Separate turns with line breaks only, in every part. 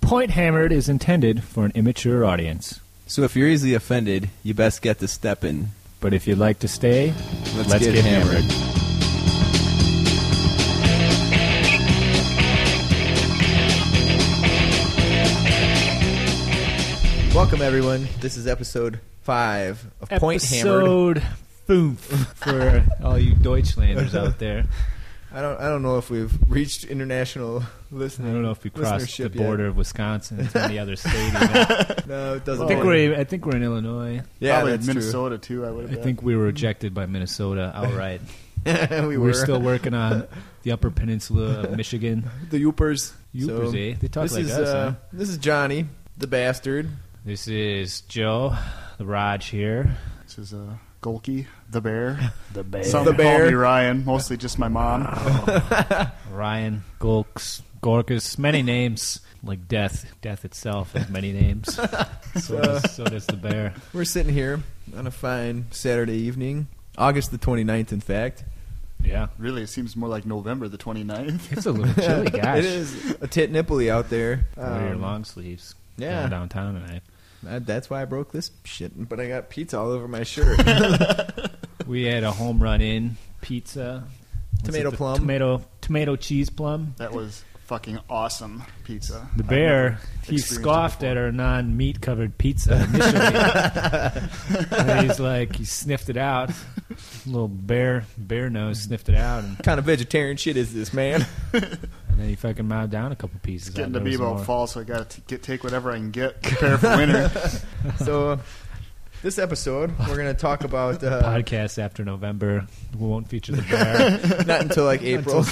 Point Hammered is intended for an immature audience.
So if you're easily offended, you best get to stepping.
But if you'd like to stay,
Let's,
let's, get, hammered.
Welcome everyone. This is episode five of Point Hammered.
Episode Boom for all you Deutschlanders out there.
I don't. I don't know if we've reached international
I
listening.
don't know if we crossed the
Listenership
border of Wisconsin to any other state. even.
No, it doesn't.
I think
matter.
we're I think we're in Illinois.
yeah,
Probably
that's
Minnesota too. I would.
I think we were rejected by Minnesota outright.
True. we
we
were
are still working on the Upper Peninsula of Michigan.
the Youpers.
Youpers,
So,
eh? They talk
This
like
is
us.
uh,
huh?
this is Johnny the bastard.
This is Joe, the Raj here.
This is uh, Golki the bear.
The bear.
Some
The
call
bear.
me Ryan. Mostly just my mom.
Ryan, Golks, Gorkus, many names. Like death. Death itself has many names. so, does, so does the bear.
We're sitting here on a fine Saturday evening, August the 29th, in fact.
Yeah.
Really, it seems more like November the 29th.
It's a little chilly, gosh.
It is a tit nipply out there.
Wear your
Um,
long sleeves.
yeah.
Going Downtown tonight.
Uh, that's why I broke this shit, but I got pizza all over my shirt.
We had a home run in pizza. Was
Tomato
it the
plum.
Tomato tomato cheese plum.
That was fucking awesome pizza.
The
I've
bear,
never
he
experienced it
scoffed
before.
at our non meat covered pizza initially. and he's like, he sniffed it out. Little bear, bear nose sniffed it out, and,
what kind of vegetarian shit is this, man?
and then he fucking mowed down a couple pieces.
It's getting
I
to be
noticed
about
more.
fall, so I gotta t- get, take whatever I can get. Prepare for winter.
so, this episode, we're going to talk about. Uh,
Podcast after November we won't feature the bear.
not until like April.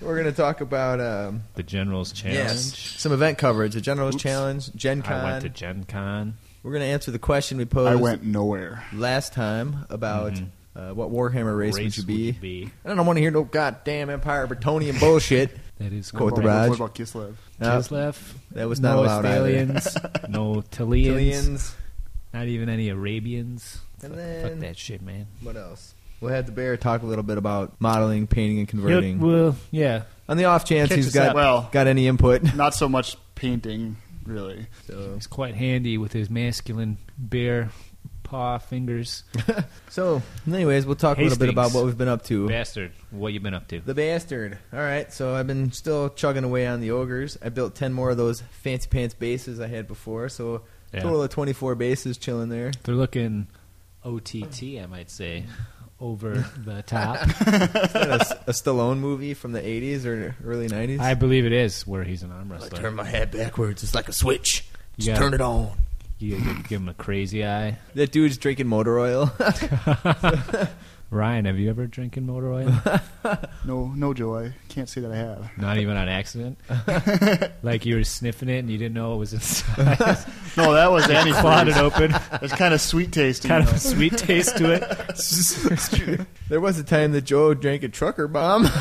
we're going to talk about um,
the General's Challenge.
yes, some event coverage, the General's
Oops.
Challenge, Gen Con.
I went to Gen Con.
we're going to answer the question we posed
I went nowhere.
last time about
Mhm.
uh, what Warhammer race, would you
would
be.
you be?
I don't want to hear no goddamn Empire Bretonian bullshit. Uh,
That is
Quote the
What about-
Raj.
What about Kislev?
No,
Kislev.
that was not
no
allowed either.
Estalians, no Talians,
Aliens.
not even any Arabians.
And
fuck,
then-
fuck that shit, man.
What else? We'll have the bear talk a little bit about modeling, painting, and converting.
Yeah, well, yeah.
On the off chance
Catch
he's
us
got
up. Well-
got any input.
Not so much painting, really.
So,
He's quite handy with his masculine bear paw fingers.
so anyways, we'll talk a little bit
Hastings.
about what we've been up to.
Bastard, what you been up to?
the bastard. All right, so I've been still chugging away on the ogres. I built ten more of those fancy pants bases I had before, so
Yeah.
total of twenty four bases chilling there.
They're looking OTT, I might say, over the top.
Is that a, s- a Stallone movie from the eighties or early nineties?
I believe it is where he's an arm
I
wrestler.
turn my head backwards. It's like a switch. Just
Yeah.
turn it on.
You, you give him a crazy eye.
That dude's drinking motor oil.
Ryan, have you ever drinking motor oil?
No, no, Joe. I can't say that I have.
Not even on accident. like you were sniffing it and you didn't know it was inside.
No, that was
and he clawed it
antifreeze.
open.
It's kind of sweet tasting.
Kind of
though.
a sweet taste to it.
there was a time that Joe drank a trucker bomb.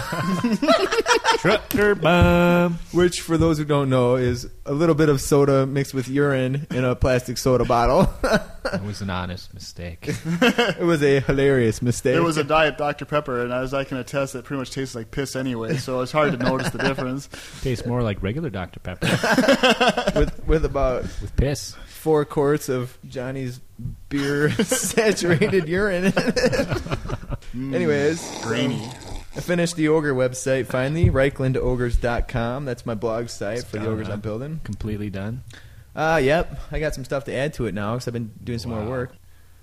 Trucker bomb.
which for those who don't know is a little bit of soda mixed with urine in a plastic soda bottle.
It was an honest mistake.
it was a hilarious mistake.
There was a diet Dr. Pepper, and as I can attest, it pretty much tastes like piss anyway, so it's hard to notice the difference.
Tastes more like regular Dr. Pepper
with with about
with piss.
four quarts of Johnny's beer saturated urine. in it. Anyways,
Mm, Grainy.
I finished the ogre website finally, reichlandogres.com. That's my blog site for the ogres I'm building.
Completely done.
Uh, yep. I got some stuff to add to it now because I've been doing some more
Wow.
work.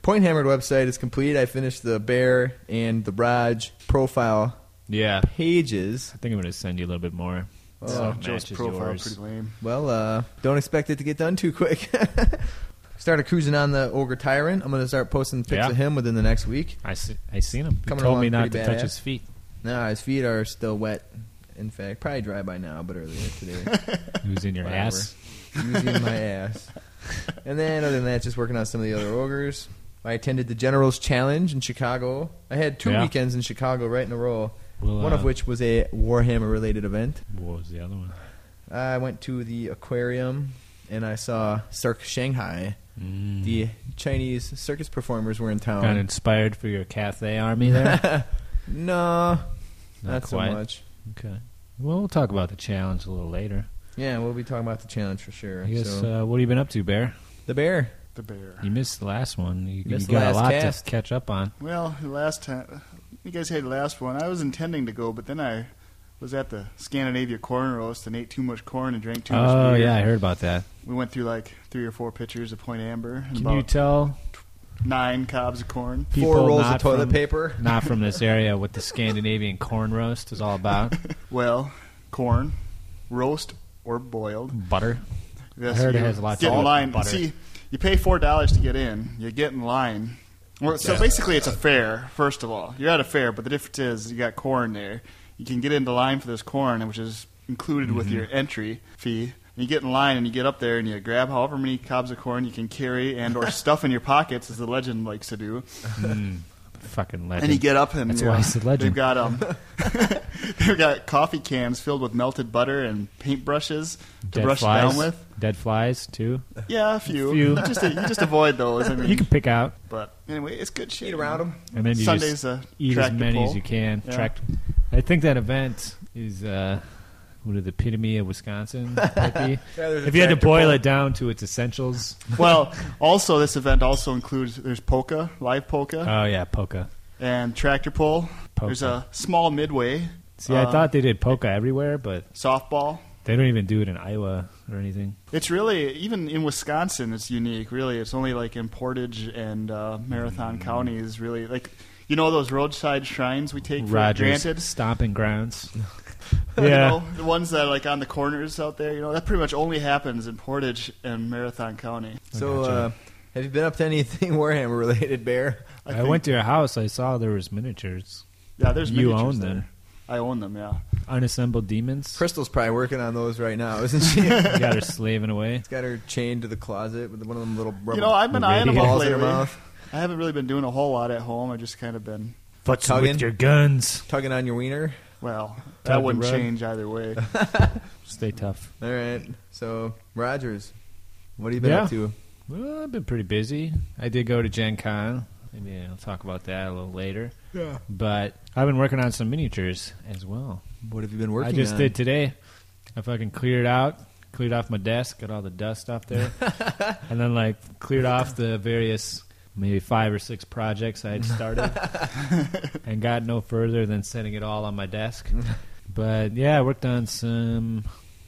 Point Hammered website is complete. I finished the bear and the Braj profile
Yeah.
pages.
I think I'm going to send you a little bit more. Oh,
So Joe's
matches
profile
yours.
pretty lame.
Well, uh, don't expect it to get done too quick. Started cruising on the Ogre Tyrant. I'm going to start posting pics
Yeah.
of him within the next week.
I, see, I seen him. He
Coming
told me
along
not to
pretty
touch
badass.
his feet.
No, his feet are still wet. In fact, probably dry by now, but earlier today.
He was in your
Whatever.
ass.
Using my ass. And then, other than that, just working on some of the other ogres. I attended the Generals Challenge in Chicago. I had two
Yeah.
weekends in Chicago right in a row,
Well,
one
uh,
of which was a Warhammer related event.
What was the other one?
I went to the aquarium and I saw Cirque Shanghai.
Mm.
The Chinese circus performers were in town.
Got inspired for your Cathay army there?
no, not, so
quite.
much.
Okay. Well, we'll talk about the challenge a little later.
Yeah, we'll be talking about the challenge for sure.
I guess,
so,
uh, what have you been up to, Bear?
the bear.
The bear.
You missed the last one. You, you
Missed the
got a
last
lot
cast.
to catch up on.
Well, the last time you guys had the last one, I was intending to go, but then I was at the Scandinavia corn roast and ate too much corn and drank too much
Oh,
beer.
yeah, I heard about that.
We went through like three or four pitchers of Point Amber and
Can
about
you tell
nine cobs of corn.
people
Four rolls
not
of toilet
from,
paper.
not from this area what the Scandinavian corn roast is all about?
Well, corn, roast or boiled.
Butter.
Yes,
I heard it
you
has lots
get
of
in line.
butter.
See, you pay four dollars to get in. You get in line. Well, so basically, it's a fair. First of all, you're at a fair, but the difference is you got corn there. You can get into line for this corn, which is included
Mm-hmm.
with your entry fee. And you get in line and you get up there and you grab however many cobs of corn you can carry and or stuff in your pockets, as the legend likes to do.
Mm, fucking legend.
And you get up and
That's
you know,
why he's the legend.
They've got um, they've got coffee cans filled with melted butter and paintbrushes to
Dead
brush it
flies.
down with.
Dead flies, too.
Yeah, a few.
Few.
You just you just avoid those. I mean,
You can pick out,
but anyway, it's good shit.
Eat around them.
and then you
Sunday's
just
a
eat as
tractor
many
pull.
as you can.
Yeah.
Tract- I think that event is uh, what the epitome of Wisconsin might be. if you had to boil it down to its essentials.
Well, also this event also includes there's polka, live polka,
Oh, yeah, polka.
and tractor pull.
Polka.
There's a small midway
See, I
uh,
thought they did polka everywhere, but
softball.
they don't even do it in Iowa or anything.
It's really even in Wisconsin, it's unique. Really, it's only like in Portage and uh,
Mm.
Marathon counties. Really, like you know those roadside shrines we take
Rogers
for granted.
stomping grounds.
You
yeah,
know, the ones that are like on the corners out there. You know, that pretty much only happens in Portage and Marathon County.
So,
gotcha.
uh, have you been up to anything Warhammer related, bear?
I,
think-
went to your house. I saw there was miniatures,
Yeah, there's
You
miniatures
own
there.
them.
I own them. Yeah.
unassembled demons.
Crystal's probably working on those right now, isn't she? She's
You got her slaving away.
got her chained to the closet with one of them little rubber
you know, I've been
Maybe.
eyeing them up
balls in
lately.
her mouth,
I haven't really been doing a whole lot at home. I just kind of been
Fucking
tugging?
with your guns.
tugging on your wiener.
well.
Tug
That
the
wouldn't
rug.
change either way.
Stay tough.
All right. So, Rogers, what have you been
Yeah.
up to?
Well, I've been pretty busy. I did go to Gen Con. Maybe I'll talk about that a little later.
Yeah.
But I've been working on some miniatures as well.
What have you been working
I just
on?
did today. I fucking cleared out, cleared off my desk, got all the dust off there, and then like cleared off the various maybe five or six projects I had started, and got no further than setting it all on my desk. But yeah, I worked on some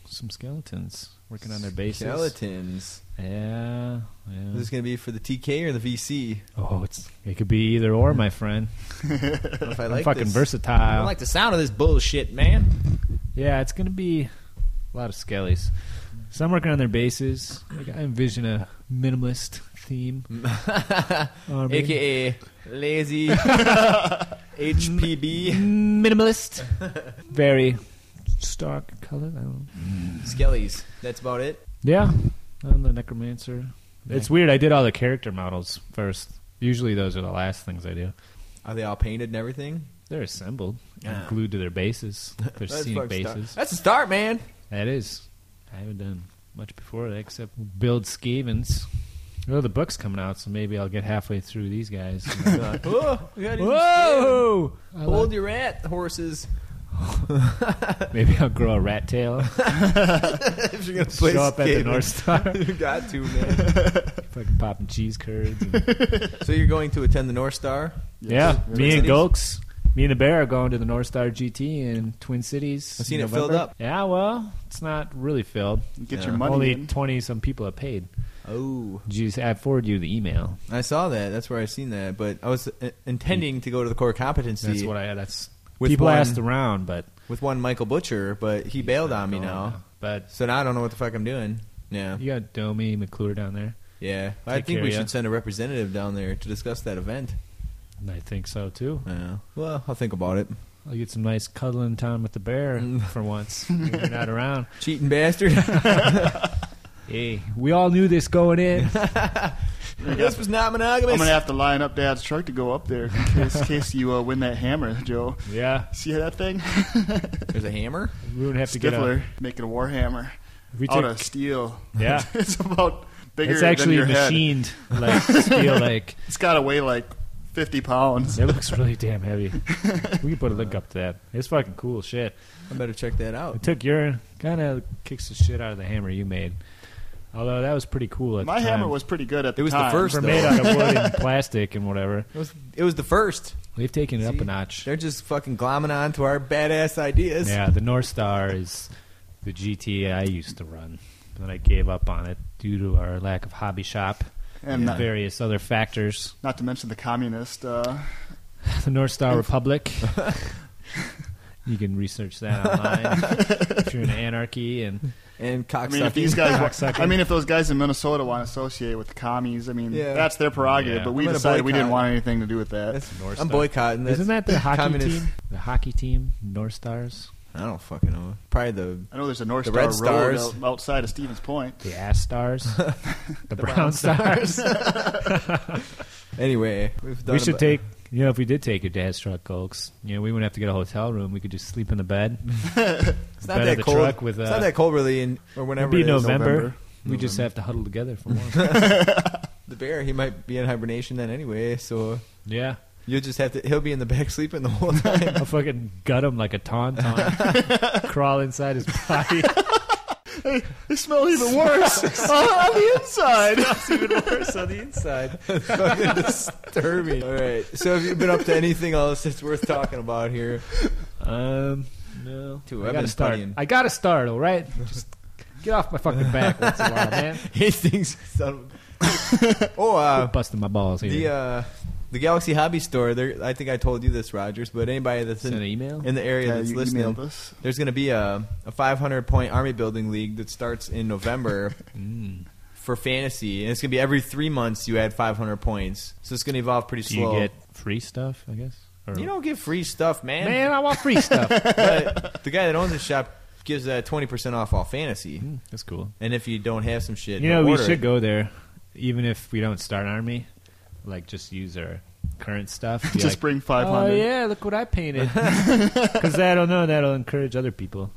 some skeletons, working on their bases.
Skeletons.
Yeah,
Is
yeah.
this going to be for the TK or the VC?
Oh, it's it could be either or, my friend.
I don't know if I
I'm
like
fucking
this.
I
versatile.
don't like the sound of this bullshit, man.
Yeah, it's going to be a lot of skellies. So I'm working on their bases. Like, I envision a minimalist theme. Army.
AKA lazy HPB
Minimalist. Very stark color. I don't know.
Skellies. That's about it.
Yeah, I'm the necromancer. It's weird. I did all the character models first. Usually those are the last things I do.
Are they all painted and everything?
They're assembled
Ah.
and glued to their bases, their scenic
fucking start.
bases.
That's a start, man.
That is. I haven't done much before that except build Skavens. Well, the book's coming out, so maybe I'll get halfway through these guys.
Whoa! we got it.
Whoa! I
Hold your rat, horses.
like- maybe I'll grow a rat tail.
if you're gonna play
show up at the
skating.
North Star.
you got to, man.
Fucking popping cheese curds. and-
so you're going to attend the North Star?
yeah,
Yes.
me and
Cities.
Gokes, me and the bear are going to the North Star GT in Twin Cities.
I've seen
in
it filled
November.
up.
Yeah, well, it's not really filled.
You get
Yeah.
your money
Only
in.
twenty some people have paid.
Oh,
Jeez, I forwarded you the email.
I saw that. That's where I seen that. But I was uh, intending to go to the core competency
That's what I. That's
With
people
one-
asked around, but
with one Michael Butcher, but he bailed on me
Going
now.
But
So now I don't know what the fuck I'm doing. Yeah,
You got Domi McClure down there.
yeah. I
Take
think
care,
we
yeah.
should send a representative down there to discuss that event.
And I think so too.
Yeah. Well, I'll think about it.
I'll get some nice cuddling time with the bear
Mm.
for once. when You're not around.
Cheating bastard.
Hey, we all knew this going in.
this was not
I'm
monogamous.
gonna have to line up Dad's truck to go up there in case, in case you uh, win that hammer, Joe.
yeah,
See that thing?
There's a hammer.
we wouldn't have to get a.
Stifler making a war hammer
if We
out
took,
of steel.
yeah,
it's about bigger
it's actually
than your head.
machined like steel. Like
It's got to weigh like 50 pounds.
It looks really damn heavy. We can put a link up to that. It's fucking cool shit.
I better check that
I
out.
took your kind of kicks the shit out of the hammer you made. Although that was pretty cool at
My
the time.
hammer was pretty good at
It
the
was the
time.
first-
We're made out of wood and plastic and whatever.
It was, it was the first.
They've taken it up
See?
a notch.
They're just fucking glomming on to our badass ideas.
Yeah, the North Star is the GT I used to run, but I gave up on it due to our lack of hobby shop
And not,
various other factors.
not to mention the communist. Uh,
The North Star Republic. you can research that online if you're in anarchy and
And
I
cocksucking.
mean, if these guys, wa-
Cocksucking.
I mean, if those guys in Minnesota want to associate with the commies, I mean,
Yeah.
that's their prerogative.
Yeah.
But we
I'm gonna
decided we didn't
boycott.
want anything to do with that.
That's-
North
I'm
Star.
boycotting this.
Isn't that the hockey
communist-
team? The hockey team, North Stars,
I don't fucking know. Probably the
I know there's a North
The
Star
Red
Road
Stars.
out- outside of Stevens Point.
the Ass Stars, the, Brown, Stars.
anyway. We've done
we should
about-
take. You know, if we did take your dad's truck, Golks, you know, we wouldn't have to get a hotel room. We could just sleep in the bed.
It's not
bed of
that
the
cold.
truck with,
it's
uh,
not that cold really, in, or whenever
It'd be
it is.
November.
November.
We just have to huddle together for once.
The bear, he might be in hibernation then anyway, so
yeah,
you'll just have to. He'll be in the back sleeping the whole time.
I'll fucking gut him like a tauntaun. Crawl inside his body.
They smell even worse on the inside.
inside. fucking disturbing. All right. So have you been up to anything else that's worth talking about here?
Um, no.
Dude,
I
I've
gotta
been
start.
studying.
I gotta start. All right. Just get off my fucking back once in a while, man.
He thinks. Son of- oh,
Quit
uh,
busting my balls here.
the uh, the Galaxy Hobby Store. There, I think I told you this, Rogers. But anybody that's
Send an
in,
email.
in the area
Yeah,
that's
you
listening,
emailed us.
there's going to be a a 500 point army building league that starts in November.
Mm.
For fantasy, and it's gonna be every three months you add 500 points, so it's gonna evolve pretty
Do you
slow.
get free stuff? I guess. Or-
You don't get free stuff, man.
Hmm. man, I want free stuff.
but the guy that owns the shop gives that twenty percent off all fantasy.
Mm, That's cool.
And if you don't have some shit,
You know, we
order
should
it.
go there, even if we don't start an army. Like, just use our current stuff. Be
Just
like,
bring 500.
Oh yeah, look what I painted. Because I don't know, that'll encourage other people.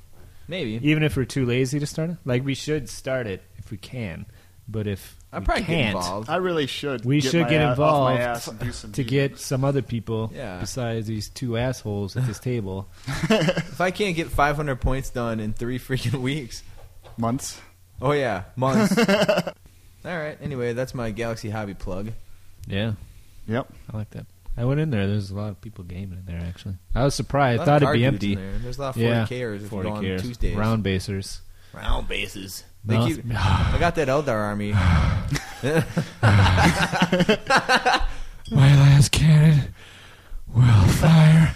Maybe
Even if we're too lazy to start it, like we should start it if we can. But if
I
we
probably get
can't,
involved.
I really should.
We
get
should
my
get
ass-
involved
off my ass and do some
to
deep-
get some other people
Yeah.
besides these two assholes at this table.
If I can't get five hundred points done in three freaking weeks,
months.
oh yeah, months. all right. Anyway, that's my Galaxy hobby plug.
Yeah,
Yep.
I like that. I went in there. There's a lot of people gaming in there. Actually, I was surprised.
A
I thought
lot of
it'd be
car dudes
empty.
in there. There's a lot of
Yeah,
40Kers if you go
40
on
Kers.
Tuesdays.
Round basers.
Round bases. They
No,
keep,
it's-
I got that Eldar army.
My last cannon will fire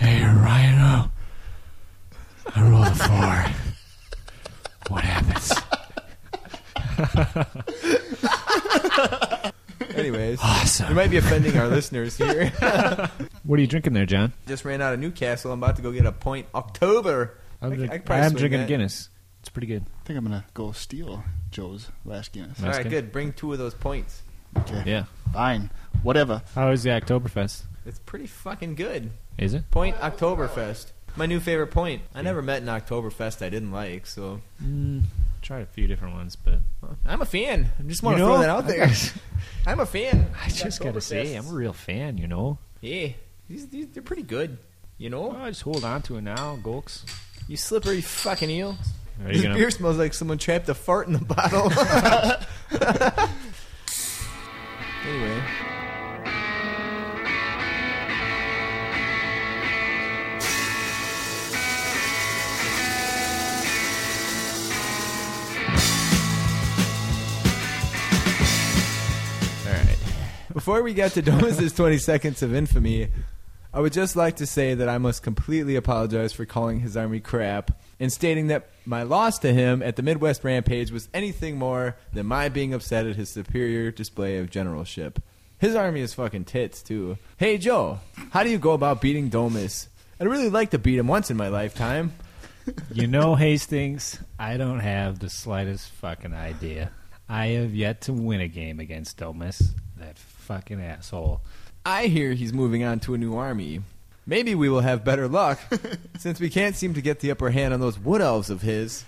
a rhino. I rolled a four. What happens?
Anyways, we
Awesome.
might be offending our listeners here.
What are you drinking there, John?
Just ran out of Newcastle. I'm about to go get a point October.
I'm,
I-
drink-
I could probably
I'm
swing
drinking
that.
Guinness. It's pretty good.
I think I'm gonna go steal Joe's last Guinness.
All
Nice
right,
game.
good. Bring two of those points.
Okay.
Yeah.
Fine. Whatever.
How is the Oktoberfest?
It's pretty fucking good.
Is it?
Point Oktoberfest. My new favorite point. I never met an Oktoberfest I didn't like, so
Mm, tried a few different ones, but
I'm a fan. I just want to
You know,
throw that out
I
there. I'm a fan.
I just got to say, I'm a real fan, you know?
yeah, these, these they're pretty good. You know,
I just hold on to it now, Golks.
you slippery fucking eel.
Are
This
you gonna-
beer smells like someone trapped a fart in the bottle. anyway,
All right.
before we get to Domus's 20 seconds of infamy, I would just like to say that I must completely apologize for calling his army crap and stating that my loss to him at the Midwest Rampage was anything more than my being upset at his superior display of generalship. His army is fucking tits, too. Hey, Joe, how do you go about beating Domus? I'd really like to beat him once in my lifetime.
You know, Hastings, I don't have the slightest fucking idea. I have yet to win a game against Domus, that fucking asshole.
I hear he's moving on to a new army. Maybe we will have better luck, since we can't seem to get the upper hand on those wood elves of his.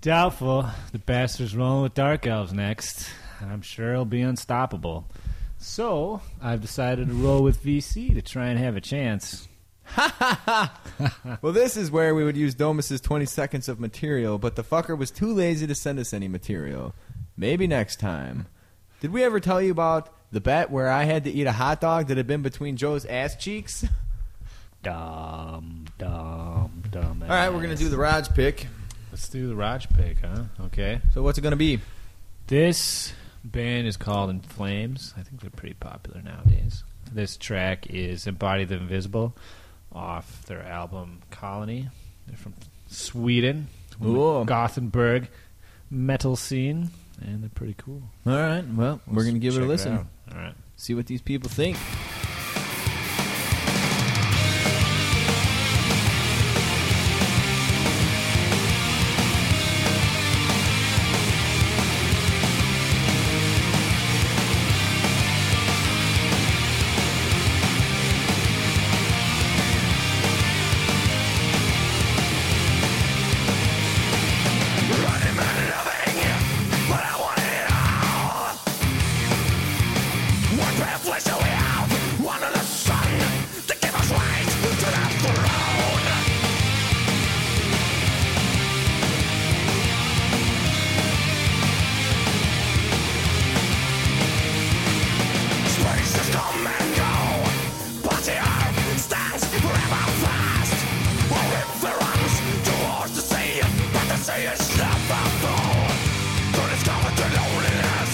Doubtful. The bastard's rolling with Dark Elves next, and I'm sure he'll be unstoppable. So I've decided to roll with VC to try and have a chance.
Well, this is where we would use Domus's 20 seconds of material, but the fucker was too lazy to send us any material. Maybe next time. Did we ever tell you about the bet where I had to eat a hot dog that had been between Joe's ass cheeks?
Dumb, dumb, dumb.
All right, we're gonna do the Raj pick.
Let's do the Raj pick, huh? Okay.
So what's it gonna be?
This band is called In Flames. I think they're pretty popular nowadays. This track is Embody the Invisible off their album Colony. They're from Sweden, It's one of the
Ooh.
Gothenburg metal scene, and they're pretty cool.
All right, well, we're going to give it
Check
a listen.
out. All right.
See what these people think.
Spaces come and go, but the earth stands forever fast. Our inference towards the sea, but the sea is never full. To discover the loneliness,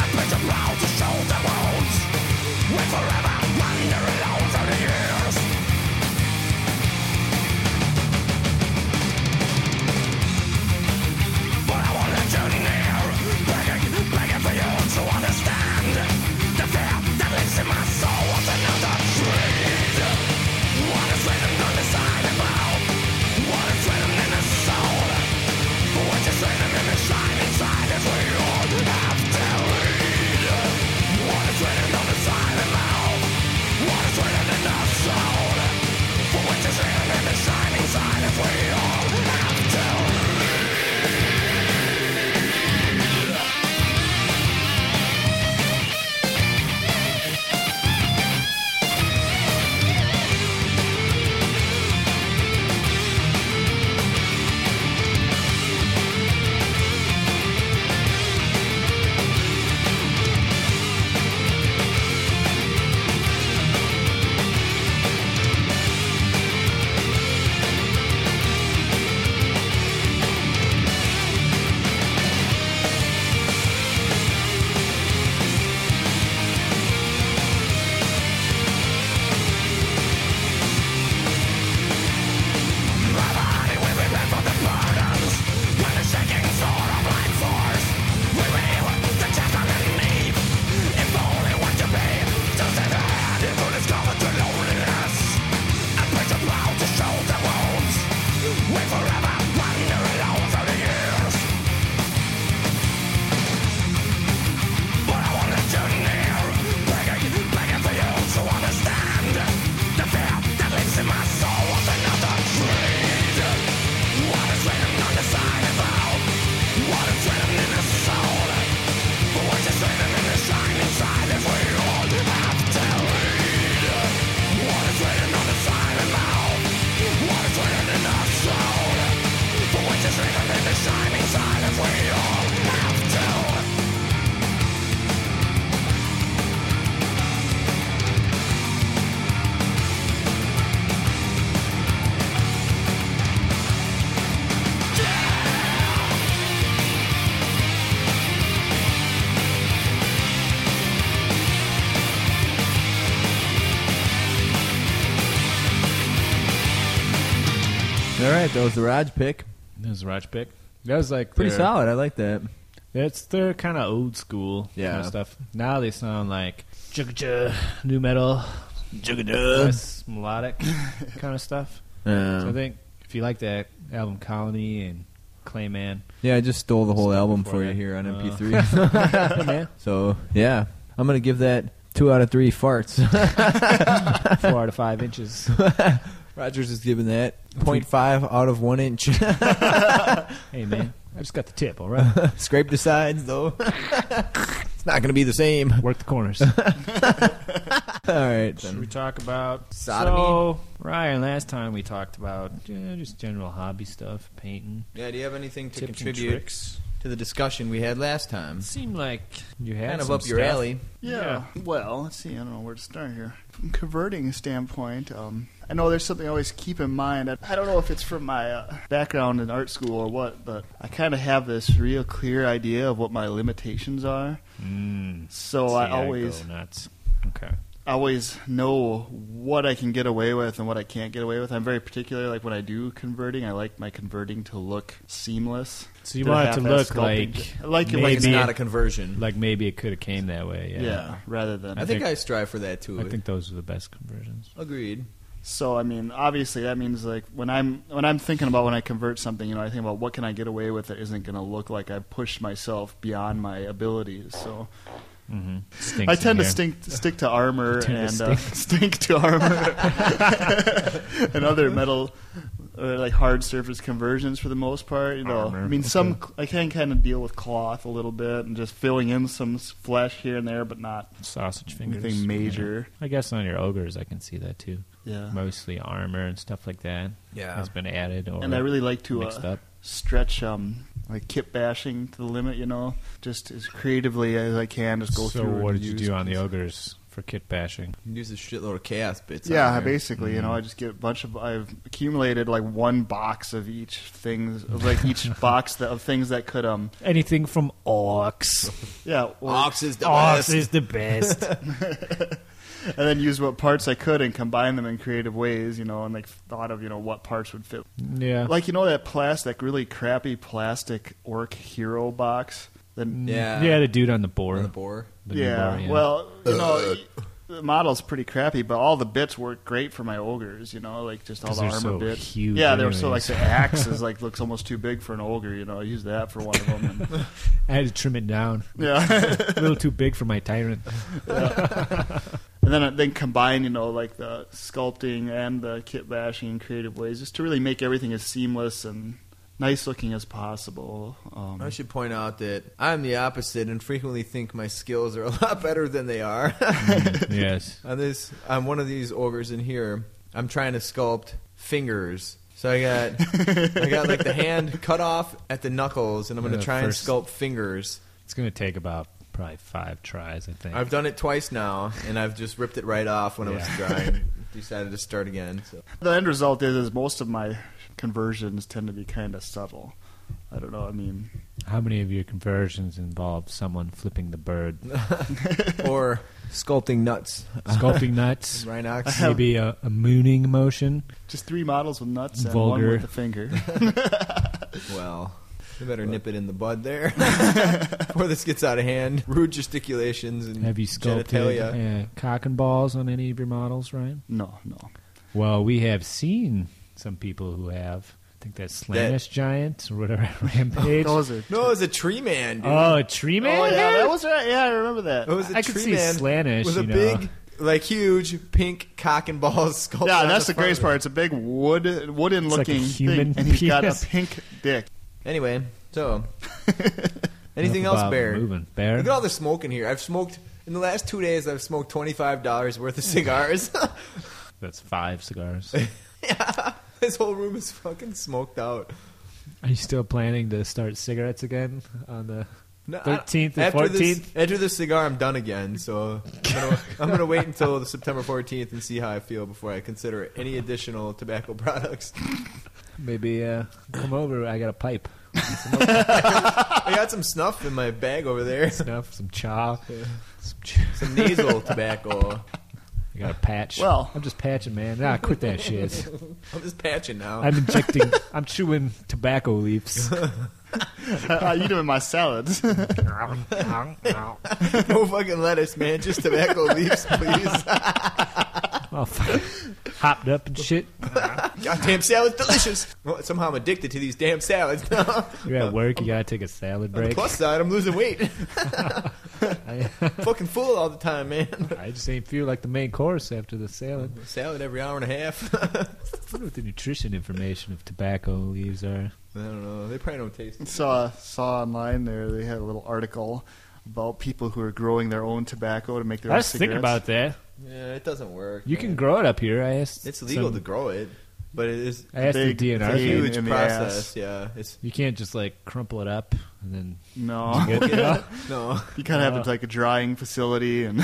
a bit of mouth to show the wounds. We forever wander alone through the years. But I won't let you near, begging, begging for you to understand. The fear that lives in my soul was another creed. What is written on the side of mouth? What is written in the soul? For what is written in the side inside is we all have to read. What is written on the side of mouth? What is written in the soul? For what is written in the side inside is we all have to
All right, that was the Raj pick.
This is Raj pick. That was like
Pretty
their-
solid. I like that.
It's they're kind of old school
Yeah.
kind of stuff. Now they sound like chugga-chugga, new metal, less melodic kind of stuff. So I
Uh,
think if you like that album Colony and Clayman,
yeah, I just stole the whole
Stole
album
for
for you
you.
here on
Uh.
MP3.
man,
so, yeah, I'm going to give that two out of three farts.
four out of five inches.
Rogers is giving that 0.5 out of one inch.
Hey man, I just got the tip. All right,
Scrape the sides, though. It's not going to be the same.
Work the corners.
All right.
Should
Then.
we talk about
Sodomy?
So Ryan, last time we talked about yeah, just general hobby stuff, painting,
Yeah, do you have anything to
tips and
contribute
tricks.
to the discussion we had last time?
It seemed like you had
Kind of
some
up your
stuff.
alley.
Yeah.
Yeah. Well, let's see. I don't know where to start here. From converting standpoint, um, I know there's something I always keep in mind. I, I don't know if it's from my uh, background in art school or what, but I kind of have this real clear idea of what my limitations are.
Mm.
So
See,
I
go
always,
nuts. Okay.
I always know what I can get away with and what I can't get away with. I'm very particular. Like when I do converting, I like my converting to look seamless.
So you
Did a
want it to
half-ass
look like
sculpting. like it
maybe
like
It's not a conversion.
like maybe it could have came that way. Yeah.
yeah. rather than
I think I strive for that too.
I think those are the best conversions.
Agreed.
So I mean, obviously, that means like when I'm when I'm thinking about when I convert something, you know, I think about what can I get away with that isn't going to look like I've pushed myself beyond my abilities. So
Mm-hmm.
I tend to stink, stick to armor
You tend
and
to
uh, stink to armor and other metal or like hard surface conversions for the most part. You know,
Armor,
I mean, some I can kind of deal with cloth a little bit and just filling in some s- flesh here and there, but not
sausage fingers.
anything major.
I guess on your ogres, I can see that too.
Yeah.
Mostly armor and stuff like that
Yeah.
has been added or
And I really like to
mixed
uh,
up.
stretch um like kit bashing to the limit, you know, just as creatively as I can, just go
so
through.
what
and
did you
use-
do on the ogres for kit bashing?
Use a shitload of chaos bits. on
Yeah,
there.
basically, you
Mm-hmm.
know, I just get a bunch of. I've accumulated like one box of each things, of like each box that, of things that could um.
Anything from orcs.
Yeah, well,
Ox is the
Orcs
best.
is the best.
and then use what parts I could and combine them in creative ways, you know, and like thought of you know what parts would fit.
yeah.
Like you know that plastic, really crappy plastic orc hero box. Then
Yeah.
Mm. yeah, the dude on the boar.
On the boar.
The new
Uh, yeah,
boar,
well, you know, the model's pretty crappy, but all the bits work great for my ogres. You know, like just all
'Cause
the
they're
armor
so
bits.
huge
yeah, they're so like
anyways.
the axe is like looks almost too big for an ogre. You know, I use that for one of them. And,
I had to trim it down.
yeah,
A little too big for my tyrant.
and then uh, then combine you know like the sculpting and the kit bashing in creative ways, just to really make everything as seamless and nice looking as possible. Um,
I should point out that I'm the opposite and frequently think my skills are a lot better than they are.
yes.
on this, on one of these ogres in here, I'm trying to sculpt fingers. So I got, I got like the hand cut off at the knuckles, and I'm going
Yeah,
to try and
first-
sculpt fingers.
It's going to take about probably five tries, I think.
I've done it twice now, and I've just ripped it right off when I was
Yeah.
drawing. Decided to start again. So.
the end result is is most of my conversions tend to be kind of subtle. I don't know. I mean,
How many of your conversions involve someone flipping the bird,
or sculpting nuts,
sculpting nuts,
rhinox.
maybe a, a mooning motion?
just three models with nuts and one
Vulgar.
with a finger.
Well, you better nip it in the bud there before this gets out of hand. Rude gesticulations and
Have you sculpted
genitalia.
uh, cock and balls on any of your models, Ryan?
No, no.
Well, we have seen some people who have. I think that Slanish giant or whatever rampage. oh,
Those are.
No, it was a tree man, dude.
a tree man.
Oh yeah,
had it?
that was right. Yeah, I remember that.
it was a
Uh, I
tree
could see
man
Slanish,
with a
you know.
big, like huge pink cock and balls sculpture.
yeah,
on
that's the
front
greatest
of it.
part. It's a big wood,
like a
wooden-looking
human
thing, and he's got
penis.
a pink dick.
Anyway, so anything
Enough
else,
about
Bear?
Moving. Bear.
Look at all the smoke in here. I've smoked in the last two days. I've smoked twenty five dollars worth of cigars.
That's five cigars.
yeah, this whole room is fucking smoked out.
Are you still planning to start cigarettes again on the?
No, I-
13th and
after this-
14th?
after this cigar, I'm done again. So I'm gonna, I'm gonna wait until the September 14th and see how I feel before I consider any additional tobacco products.
Maybe uh, come over. I got a pipe,
I got some snuff in my bag over there,
snuff, some cha, some
some nasal tobacco.
I got a patch.
Well-
I'm just patching, man. Nah, quit that shit.
I'm just patching now.
I'm injecting. I'm chewing tobacco leaves.
I eat him in my salads.
oh
no fucking lettuce, man. Just tobacco leaves, please.
Oh, fuck. Hopped up and shit.
Goddamn salad's delicious. Well, somehow I'm addicted to these damn salads. now.
You're at work. You gotta take a salad
On the
break.
plus side, I'm losing weight.
I,
fucking full all the time, man.
I just ain't feel like the main course after the salad.
Salad every hour and a half.
I wonder what the nutrition information of tobacco leaves are.
I don't know. They probably don't taste.
saw saw online there. They had a little article about people who are growing their own tobacco to make their
I
own
was thinking about
cigarettes.
that.
Yeah, it doesn't work.
You
man.
can grow it up here. I asked.
It's legal
some-
to grow it, but it is
I asked
Big
the DNR.
thing.
dude.
huge
in the
process.
ass.
Yeah, it's
You can't just like crumple it up and then.
No,
Get,
no.
you kind of
Uh,
have like a drying facility, and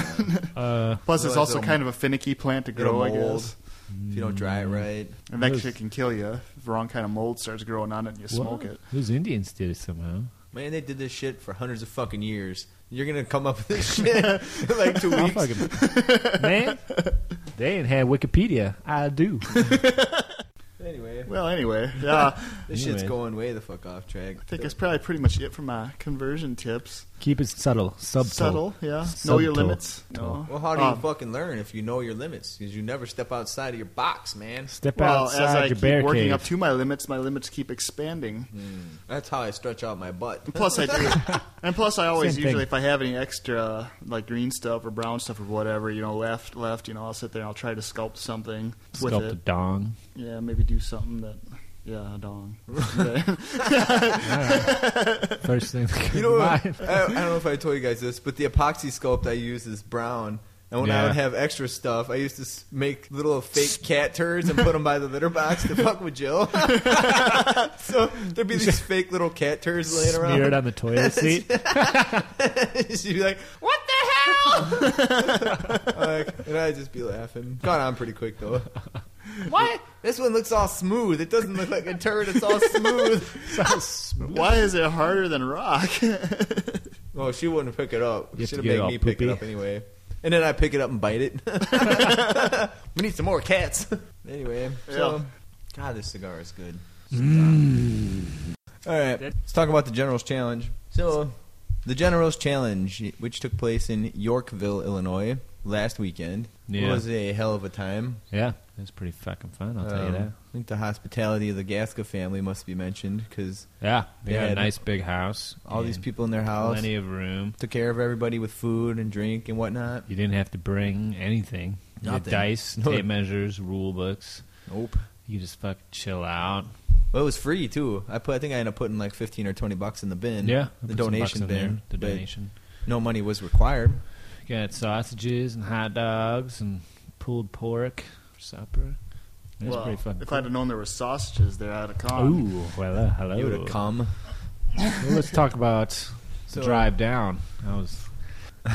uh,
plus it's
Otherwise
also
it'll-
kind of a finicky plant to
It'll
grow, I
mold.
guess.
If you don't dry it right,
And that
Those-
shit can kill you. If the wrong kind of mold starts growing on it, and you smoke
what?
it.
Those Indians did it somehow.
man, they did this shit for hundreds of fucking years. You're gonna come up with this shit in like two
I'll
weeks.
fucking- man, they ain't had Wikipedia. I do.
Anyway,
Well, anyway, yeah, I
this shit's
Anyway.
going way the fuck off track.
think that's probably pretty much it for my conversion tips.
Keep it subtle, subtle.
Subtle, yeah. Know
Subtle.
your limits. No.
Well, how do
Um,
you fucking learn if you know your limits? Because you never step outside of your box, man.
Step
Well, as
outside
I
your
keep
bear
working
cave.
up to my limits, my limits keep expanding.
That's how I stretch out my butt.
And plus, I do, and plus, I always
Same
usually
thing.
if I have any extra like green stuff or brown stuff or whatever, you know, left, left, you know, I'll sit there and I'll try to sculpt something with
Sculpt a
it.
dong.
Yeah, maybe do something that, yeah, a dong.
First thing. that
You know,
comes
what?
to mind.
I, I don't know if I told you guys this, but the epoxy sculpt I use is brown. And when I
Yeah.
would have extra stuff, I used to s- make little fake cat turds and put them by the litter box to fuck with Jill. so there'd be these fake little cat turds laying
Smear it
around.
on the toilet seat.
She'd be like, "What the hell?" like, and I'd just be laughing. Got on pretty quick though. What? This one looks all smooth. It doesn't look like a turd. It's all smooth.
Why is it harder than rock?
Well, she wouldn't pick it up.
You have to
She'd have
get
made
all
me pick it
poopy.
up anyway. And then I pick it up and bite it. we need some more cats. Anyway, so
Yeah.
God, this cigar is good.
Mm.
All right, let's talk about the General's Challenge. So, the General's Challenge, which took place in Yorkville, Illinois, last weekend,
Yeah.
was a hell of a time.
yeah, that's pretty fucking fun. I'll tell you
Um,
that.
I think the hospitality of the Gasca family must be mentioned because
Yeah, they
yeah,
had a
and-
nice big house.
all these
and
people in their house
plenty of room.
took care of everybody with food and drink and whatnot.
You didn't have to bring anything. You had
Nothing.
dice,
No.
tape measures, rule books.
Nope.
You just fuck chill out.
Well, it was free too. I put, I think I ended up putting like fifteen or twenty bucks in the bin.
Yeah, I put some
the
bucks
donation
in
bin.
there, The
but
donation.
No money was required.
Got sausages and hot dogs and pulled pork for supper. That's
Well,
pretty fun.
if I'd have known there were sausages there, I'd have come.
Ooh, well, uh, hello.
You would have come.
Well, let's talk about
So-
the drive down. I was.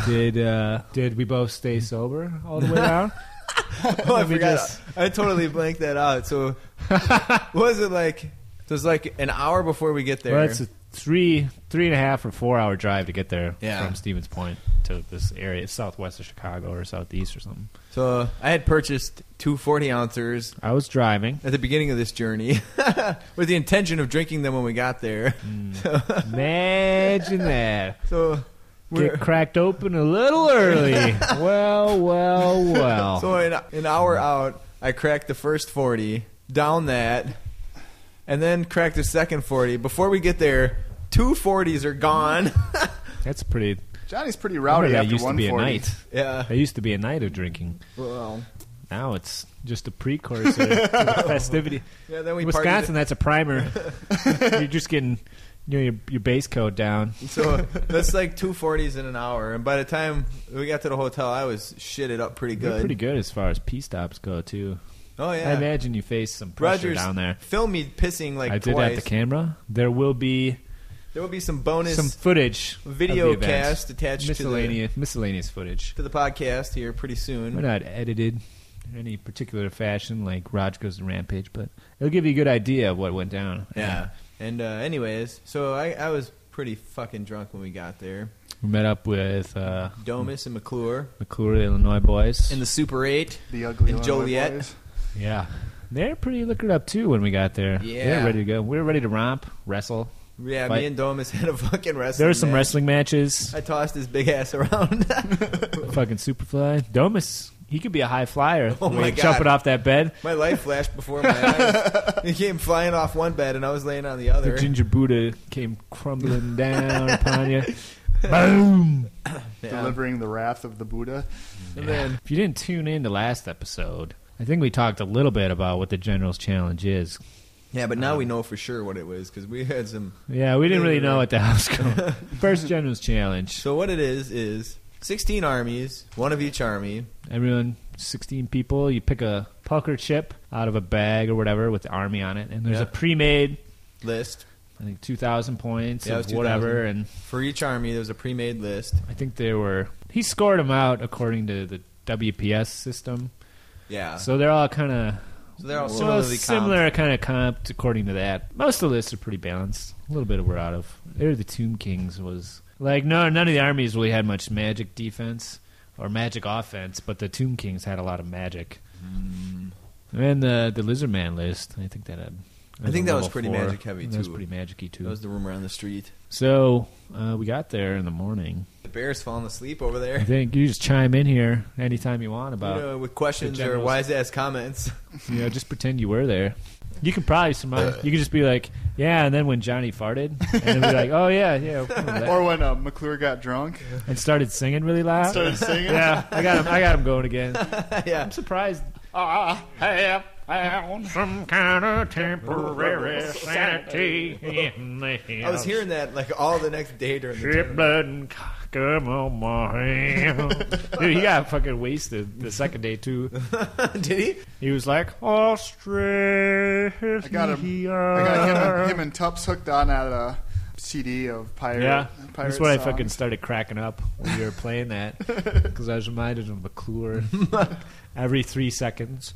Did uh, did we both stay sober all the way down?
oh, I
Let me
forgot.
just-
I totally blanked that out. So, what was it like? It was like an hour before we get there.
Well, it's a three three and a half or four hour drive to get there
Yeah.
from Stevens Point to this area, It's southwest of Chicago or southeast or something.
so I had purchased two 40 ounces
I was driving.
at the beginning of this journey with the intention of drinking them when we got there.
Imagine that.
So we're
Mm. Get cracked open a little early. well, well, well.
So an, an hour
Mm-hmm.
out, I cracked the first 40, down that, and then cracked the second 40. Before we get there, two 40s are gone.
That's pretty.
Johnny's pretty
Remember
rowdy
that
after
used to
one
be a
forty.
night.
yeah.
That used to be a night of drinking.
Well,
Now it's just a precursor to the festivity.
yeah, then we
In
partied-
Wisconsin, that's a primer. You're just getting you know, your, your base code down.
So that's like two 40s in an hour. And by the time we got to the hotel, I was shitted up pretty
You're
good.
pretty good as far as P stops go, too.
Oh,
I
yeah.
imagine you face some pressure
Rogers
down there.
filmed me pissing like
I did
twice.
have the camera. There will be
there will be some bonus
some footage, of the
video
event.
cast attached to the,
miscellaneous miscellaneous footage.
to the podcast here pretty soon.
We're not edited in any particular fashion, like Raj goes to Rampage, but it'll give you a good idea of what went down.
Yeah. And uh, anyways, so I, I was pretty fucking drunk when we got there.
we met up with uh,
Domus and McClure
McClure, Illinois boys.
in the Super Eight.
The ugly
In
Illinois
Joliet.
boys.
yeah, they're pretty liquored up too when we got there.
Yeah.
they're ready to go. We were ready to romp, wrestle.
Yeah,
Fight.
me and Domus had a fucking wrestling.
There were some
match.
wrestling matches.
I tossed his big ass around.
Fucking Superfly Domus, he could be a high flyer.
Oh
The way
my
he jumping
God.
off that bed.
my life flashed before my eyes. He came flying off one bed, and I was laying on the other.
The ginger Buddha came crumbling down upon you. Boom!
Yeah.
delivering the wrath of the Buddha.
And then
If you didn't tune in to last episode, I think we talked a little bit about what the General's Challenge is.
Yeah, but now we know for sure what it was because we had some.
Yeah, we didn't really know what the house code. First General's Challenge.
So what it is is sixteen armies, one of each army.
Everyone, 16 people, you pick a poker chip out of a bag or whatever with the army on it, and there's
Yeah.
a pre-made,
list
I think 2,000 points
Yeah, it
of
was
whatever,
2,000.
and
for each army. There was a pre-made list.
I think they were. He scored them out according to the WPS system,
Yeah, so,
so they're all kind of.
they're all
so
similarly
similar kind of comped according to that. Most of the lists are pretty balanced. A little bit of we're out of. There, the Tomb Kings was like no, none of the armies really had much magic defense or magic offense, but the Tomb Kings had a lot of magic.
Hmm.
And the the Lizard Man list, I think that had.
I think that was
level
pretty
four.
magic heavy,
That was
too.
pretty magicy too.
That was the rumor on the street.
so uh, we got there in the morning.
The bear's falling asleep over
I
there.
think you just chime in here anytime you want
You
about
know, with questions
the
or
generals.
wise ass comments.
You know, just pretend you were there. You could probably
Uh,
surmise. You could just be like, yeah, and then when Johnny farted, and then be like, oh yeah, yeah, I remember that.
Or when uh, McClure got drunk,
and started singing really loud.
started singing.
yeah, I got him. I got him going again.
yeah,
I'm surprised.
Ah, hey, hey,
Some kind of temporary sanity in me.
I was hearing that like all the next day during the
Shit, blood and cock 'em on my hand. Dude, he got fucking wasted the second day too.
tournament. Did he?
He was like, Australia.
I got him. I got him and, him and Tups hooked on at a CD of pirate.
Yeah,
pirate
that's when I
songs.
fucking started cracking up when you were playing that because I was reminded of McClure every three seconds.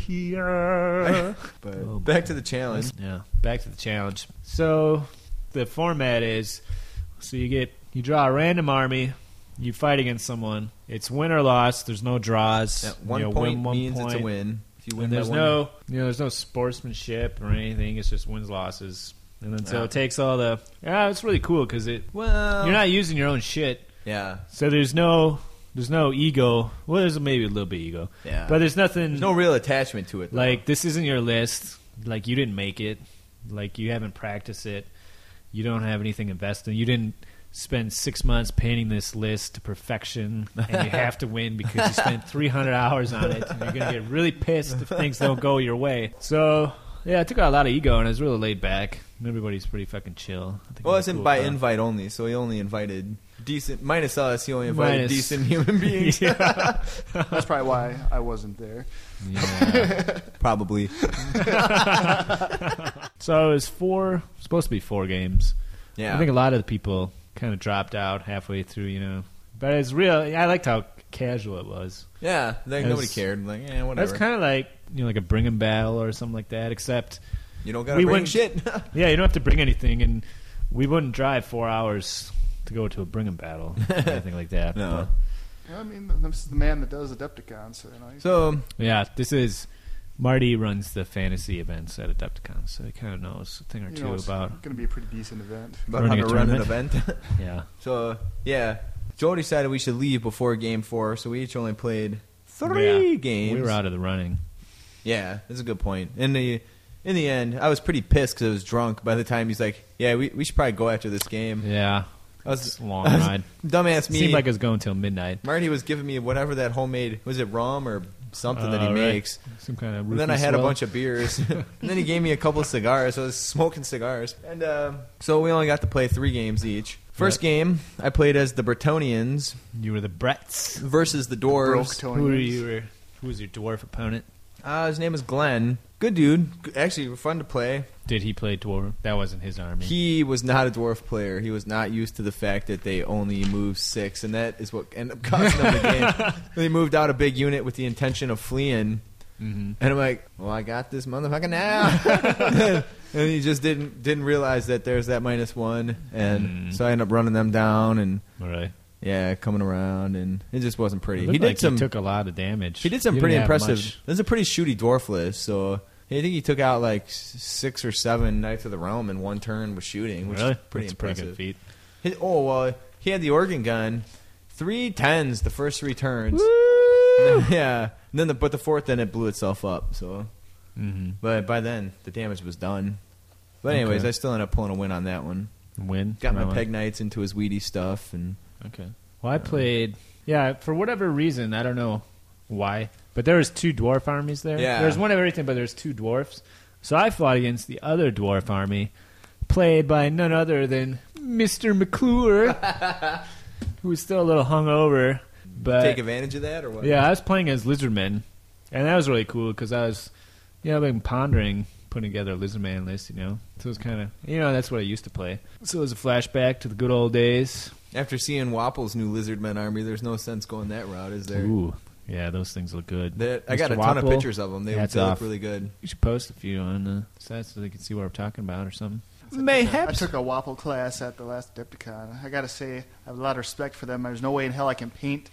Australia.
But
Oh,
back to the challenge.
yeah, back to the challenge. So the format is so you get you draw a random army, you fight against someone. It's win or loss. There's no draws.
That one
You know,
point
win one
means it's
point.
a win. If you win,
And
by
there's
one-
no, you know, there's no sportsmanship or anything. It's just wins losses, and then so
Yeah.
it takes all the. Yeah, it's really cool because it
Well,
you're not using your own shit,
Yeah,
so there's no there's no ego. Well, there's maybe a little bit of ego,
Yeah.
but there's nothing.
there's no real attachment to it. though.
like this isn't your list. Like you didn't make it. Like you haven't practiced it. You don't have anything invested. You didn't spend six months painting this list to perfection, and you have to win because you spent 300 hours on it, and you're gonna get really pissed if things don't go your way. So. Yeah, I took out a lot of ego and I was really laid back. And everybody's pretty fucking chill. I think
well,
it
it's
was
in
cool uh,
by
time.
invite only, so he only invited decent minus us. He only invited
Minus-
decent human beings.
Yeah.
That's probably why I wasn't there.
yeah.
Probably.
So it was four, supposed to be four games.
Yeah.
I think a lot of the people kind of dropped out halfway through, you know. But it's real. I liked how casual it was.
yeah, like
It
nobody
was-
cared. Like, eh,
That's
whatever.
kind of like you know, like a bring 'em battle or something like that. Except,
you don't gotta
we
bring
wouldn't-
shit.
yeah, you don't have to bring anything, and we wouldn't drive four hours to go to a bring 'em battle or anything like that.
no.
Yeah, I mean, this is the man that does Adepticon, so you know, he's-
So
But, yeah, this is Marty runs the fantasy events at Adepticon, so he kind of knows a thing or
you
two
know, it's
about.
going to be a pretty decent event.
about how
Running
to
a
run an event.
Yeah,
so yeah, Joel decided we should leave before game four, so we each only played
Yeah.
three games.
we were out of the running.
Yeah, that's a good point. In the in the end, I was pretty pissed because I was drunk. By the time he's like, "Yeah, we, we should probably go after this game."
Yeah,
I was-
it's a long
I was-
ride.
Dumbass me.
Seemed like it was going till midnight.
Marty was giving me whatever that homemade was it rum or something that he
Uh, right.
makes.
Some kind of.
And then I had a bunch of beers. and then he gave me a couple of cigars. So I was smoking cigars. And uh, so we only got to play three games each. First game, I played as the Bretonians
You were the Bretts.
versus the
Broke
Dwarves.
Tony.
Who were you? Were, who was your dwarf opponent?
Uh, his name is Glenn. Good dude. G- Actually, fun to play.
Did he play dwarf? That wasn't his army.
He was not a dwarf player. He was not used to the fact that they only move six, and that is what ended up costing them the game. They moved out a big unit with the intention of fleeing,
Mhm.
and I'm like, "Well, I got this motherfucker now," and he just didn't didn't realize that there's that minus one, and
Mm.
so I ended up running them down, and
All right.
yeah, coming around, and it just wasn't pretty.
It
He
looked
did
like
some.
He
He,
took a lot of damage.
did some
He
pretty
didn't have
impressive.
much.
This is a pretty shooty dwarf list, so. I think he took out like s- six or seven Knights of the Realm in one turn with shooting, which
Really?
is pretty
That's a
impressive.
pretty good feat.
His, oh well, he had the organ gun, three tens the first three turns. yeah, and then the, but the fourth then it blew itself up. So,
Mm-hmm.
but by then the damage was done. But anyways,
Okay.
I still ended up pulling a win on that one.
Win.
Got my
Round one.
peg knights into his weedy stuff, and
Okay. Well, I played. Yeah, for whatever reason, I don't know. why. But there was two dwarf armies there.
Yeah.
There was one of everything, but there's two dwarfs. So I fought against the other dwarf army, played by none other than Mister McClure, who was still a little hungover. But
Take advantage of that or what?
yeah, I was playing as Lizardman, and that was really cool because I was, you know, I've been pondering putting together a Lizardman list, you know. So it was kind of, you know, that's what I used to play. So it was a flashback to the good old days.
After seeing Wapple's new Lizardmen army, there's no sense going that route, is there?
Ooh, yeah, those things look good.
That- I got
Mr.
a ton of
Wapple,
pictures of them. They,
hats
they look
off.
really good.
You should post a few on the site so they can see what we're talking about or something. Mayhaps.
I took a Wapple class at the last Adepticon. I gotta say, I have a lot of respect for them. There's no way in hell I can paint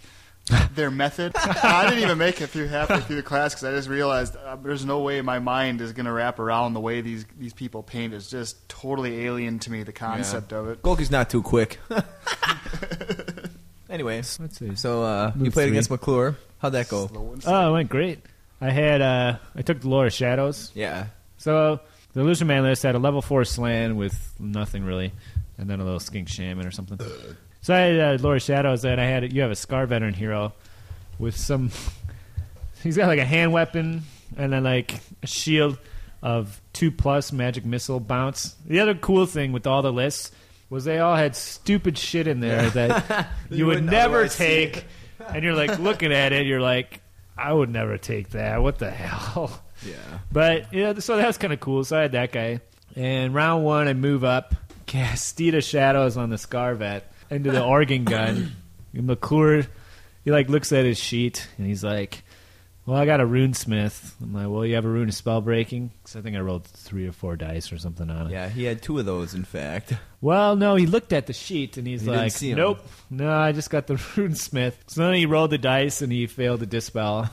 their method. I didn't even make it through halfway through the class because I just realized uh, there's no way my mind is gonna wrap around the way these these people paint. It's just totally alien to me the concept of it.
Golki's not too quick. anyway,
Let's see.
so uh, you
Move
played
three.
against McClure. How'd that go?
Slow and
Oh, it went great. I had uh, I took the Lord of Shadows.
Yeah.
So the Illusion Man list had a level four slan with nothing really, and then a little skink shaman or something. So I had uh, Lord of Shadows, and I had you have a Scar Veteran hero with some. He's got like a hand weapon and then like a shield of two plus magic missile bounce. The other cool thing with all the lists was they all had stupid shit in there that you,
You
would
wouldn't
never
otherwise see.
take, and you're like looking at it, you're like, I would never take that. What the hell?
Yeah.
But yeah, so that was kind of cool. So I had that guy. And round one, I move up, Castita Shadows on the Scarvet into the Oregon gun. And McClure, he like looks at his sheet and he's like, "Well, I got a rune smith." I'm like, "Well, you have a rune of spell breaking?" Because I think I rolled three or four dice or something on it.
Yeah, he had two of those, in fact.
Well, no, he looked at the sheet and he's
He didn't
like,
see 'em.
"Nope, no, I just got the rune smith." So then he rolled the dice and he failed to dispel.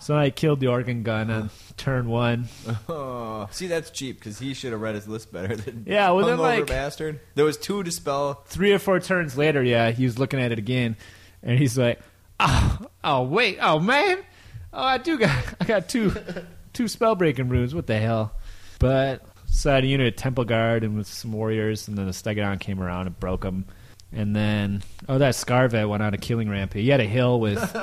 so I killed the Oregon gun on turn one.
Oh, see, that's cheap because he should have read his list better. Than
Yeah, well, then,
hungover
like-
bastard. There was two to spell.
three or four turns later, yeah, he was looking at it again, and he's like, "Oh, oh wait, oh man, oh I do got, I got two, two spell breaking runes. What the hell?" But so I had a unit of Temple Guard and with some warriors, and then the Stegodon came around and broke him, and then oh that Scarvet went on a killing rampage. He had a hill with.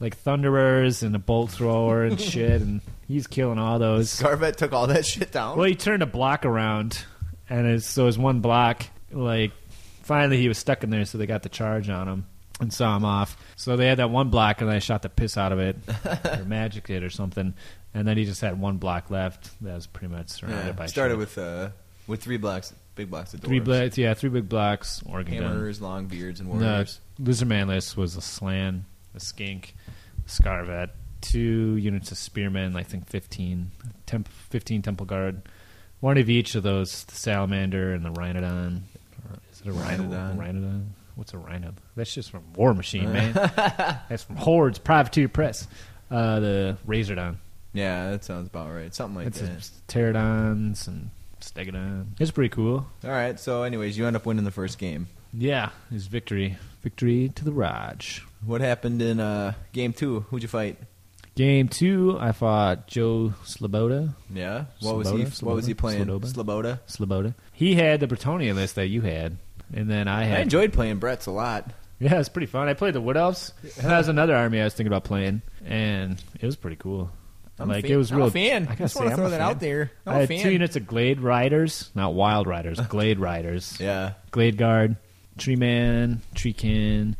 Like thunderers and a bolt thrower and shit, and he's killing all those.
Scarvet took all that shit down.
Well, he turned a block around, and his, so his one block, like, finally he was stuck in there, so they got the charge on him and saw him off. So they had that one block, and I shot the piss out of it, or magic it, or something. And then he just had one block left. That was pretty much surrounded
Yeah,
by
started
shit.
with uh, with three blocks, big blocks of doors.
three blocks, yeah, three big blocks. Oregon gun.
hammers, long beards, and
No,
warriors.
loser man list was a slan, a skink, a scarvet, two units of spearmen, I think 15, temp, 15 temple guard, one of each of those, the salamander and the rhinodon. Or Is it a rhinodon?
Rhinodon.
Rhinodon? What's a rhino? That's just from War Machine, man. That's from Hordes, Privateer Press. Uh, the Razordon.
Yeah, that sounds about right. Something like
That's
that.
a, pterodons and stegodon. It's pretty cool.
All right. So, anyways, you end up winning the first game.
Yeah, it's victory. Victory to the Raj.
What happened in uh, game two? Who'd you fight?
Game two, I fought Joe Sloboda.
Yeah. What was he?
Sloboda?
What was he
Sloboda?
playing?
Sloboda?
Sloboda.
Sloboda. He had the Bretonia list that you had, and then I had.
I enjoyed playing Brett's a lot.
yeah, it's pretty fun. I played the Wood Elves, and that was another army I was thinking about playing, and it was pretty cool.
I'm a
like
fan.
it was
I'm
real.
a fan.
I gotta
Just
say,
wanna
I'm
throw
a
that
fan.
out there. I'm
I
a
had two
fan.
units of Glade Riders, not Wild Riders, Glade Riders.
Yeah.
Glade Guard, Tree Man, Treekin,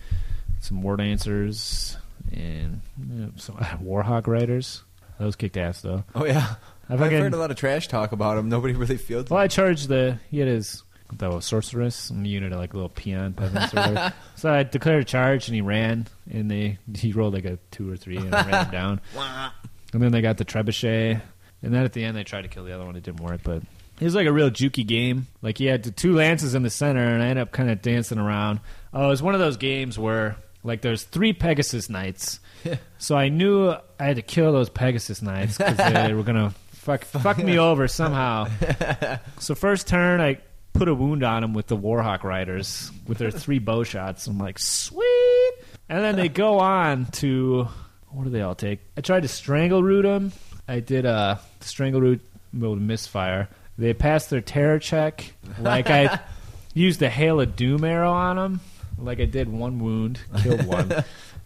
some War Dancers, and uh, some Warhawk Riders. Those kicked ass though.
Oh yeah.
I
I've
fucking-
heard a lot of trash talk about him. Nobody really feels.
Well, I charged the he had his that was sorceress and the unit of like little peon peasants or whatever. so I declared a charge and he ran and they he rolled like a two or three and I ran him down. And then they got the trebuchet and then at the end they tried to kill the other one. It didn't work, but it was like a real jukey game. Like he had the two lances in the center and I ended up kind of dancing around. Oh, it was one of those games where like there's three Pegasus knights. So I knew I had to kill those Pegasus knights because they were gonna fuck fuck me over somehow. So first turn, I put a wound on him with the Warhawk Riders with their three bow shots. I'm like, sweet. And then they go on to what do they all take? I tried to strangle root him. I did a strangle root with misfire. They passed their terror check. Like I used a hail of doom arrow on them. Like I did one wound, killed one,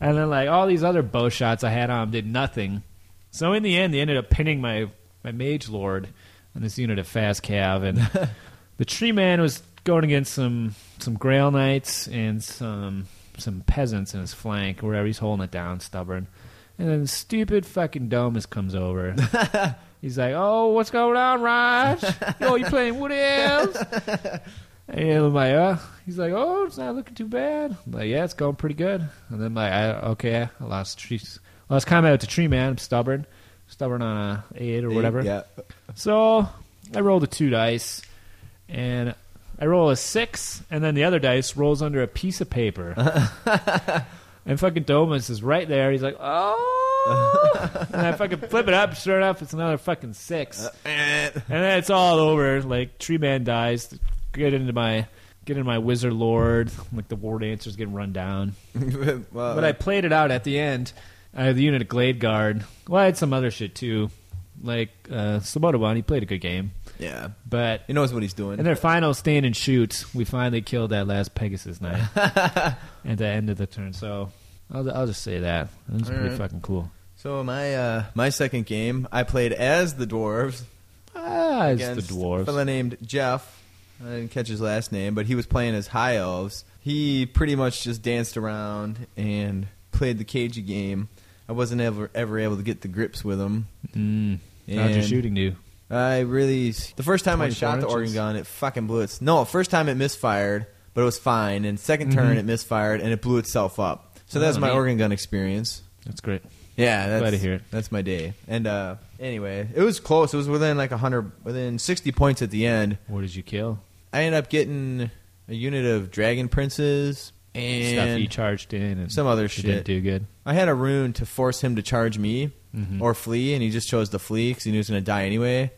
and then like all these other bow shots I had on did nothing. So in the end, they ended up pinning my my mage lord on this unit of fast cav, and the tree man was going against some some grail knights and some some peasants in his flank, wherever he's holding it down, stubborn. And then stupid fucking Domus comes over. He's like, "Oh, what's going on, Raj? Yo, you playing Wood Elves?" And I'm like, uh, he's like, "Oh, it's not looking too bad." I'm like, yeah, it's going pretty good. And then like, I, okay, I lost trees. Lost combat with the tree man. I'm stubborn, stubborn on a eight or whatever.
Yeah.
So I roll the two dice, and I roll a six, and then the other dice rolls under a piece of paper. and fucking Domus is right there. He's like, oh. and I fucking flip it up. Sure enough, it's another fucking six. And then it's all over. Like Tree Man dies. Get into my get into my wizard lord. Like the war dancer's getting run down.
well,
But I played it out at the end. I had the unit of Glade Guard. Well, I had some other shit too. Like uh, Sabotaban, he played a good game.
yeah.
But
He knows what he's doing.
in their final stand and shoot, we finally killed that last Pegasus knight at the end of the turn. So I'll, I'll just say that. That was pretty
Alright.
fucking cool.
So my uh, my second game, I played as the dwarves
Ah, it's the
against
dwarves.
a fella named Jeff. I didn't catch his last name, but he was playing as high elves. He pretty much just danced around and played the cagey game. I wasn't ever ever able to get the grips with him.
Mm. How'd your
And-
shooting do?
I really the first time I
24
shot the organ
inches?
gun, it fucking blew its. No, first time it misfired, but it was fine. And 2nd
Mm-hmm.
turn, it misfired and it blew itself up. So that's
Oh,
my
neat.
organ gun experience.
That's great.
Yeah, that's,
Glad to hear it.
That's my day. And uh, anyway, it was close. It was within like hundred, within sixty points at the end.
What did you kill?
I ended up getting a unit of dragon princes
Stuff you
and
charged in and
some other
you didn't
shit.
do good.
I had a rune to force him to charge me
Mhm.
or flee, and he just chose to flee because he knew he was going to die anyway.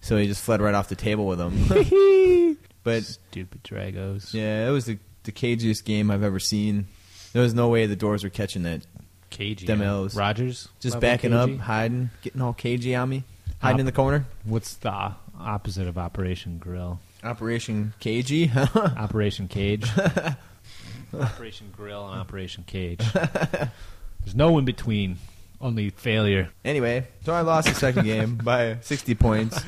So he just fled right off the table with him. but
Stupid dragos.
yeah, it was the, the cagiest game I've ever seen. There was no way the doors were catching that.
Cagey.
Them
huh?
elves.
Rogers.
Just
level
backing
cagey?
up, hiding, getting all cagey on me, hiding
Op-
in the corner.
What's the opposite of Operation Grill?
Operation KG.
Operation Cage. Operation Grill and Operation Cage. There's no in between. Only failure.
anyway, so I lost the second game by 60 points.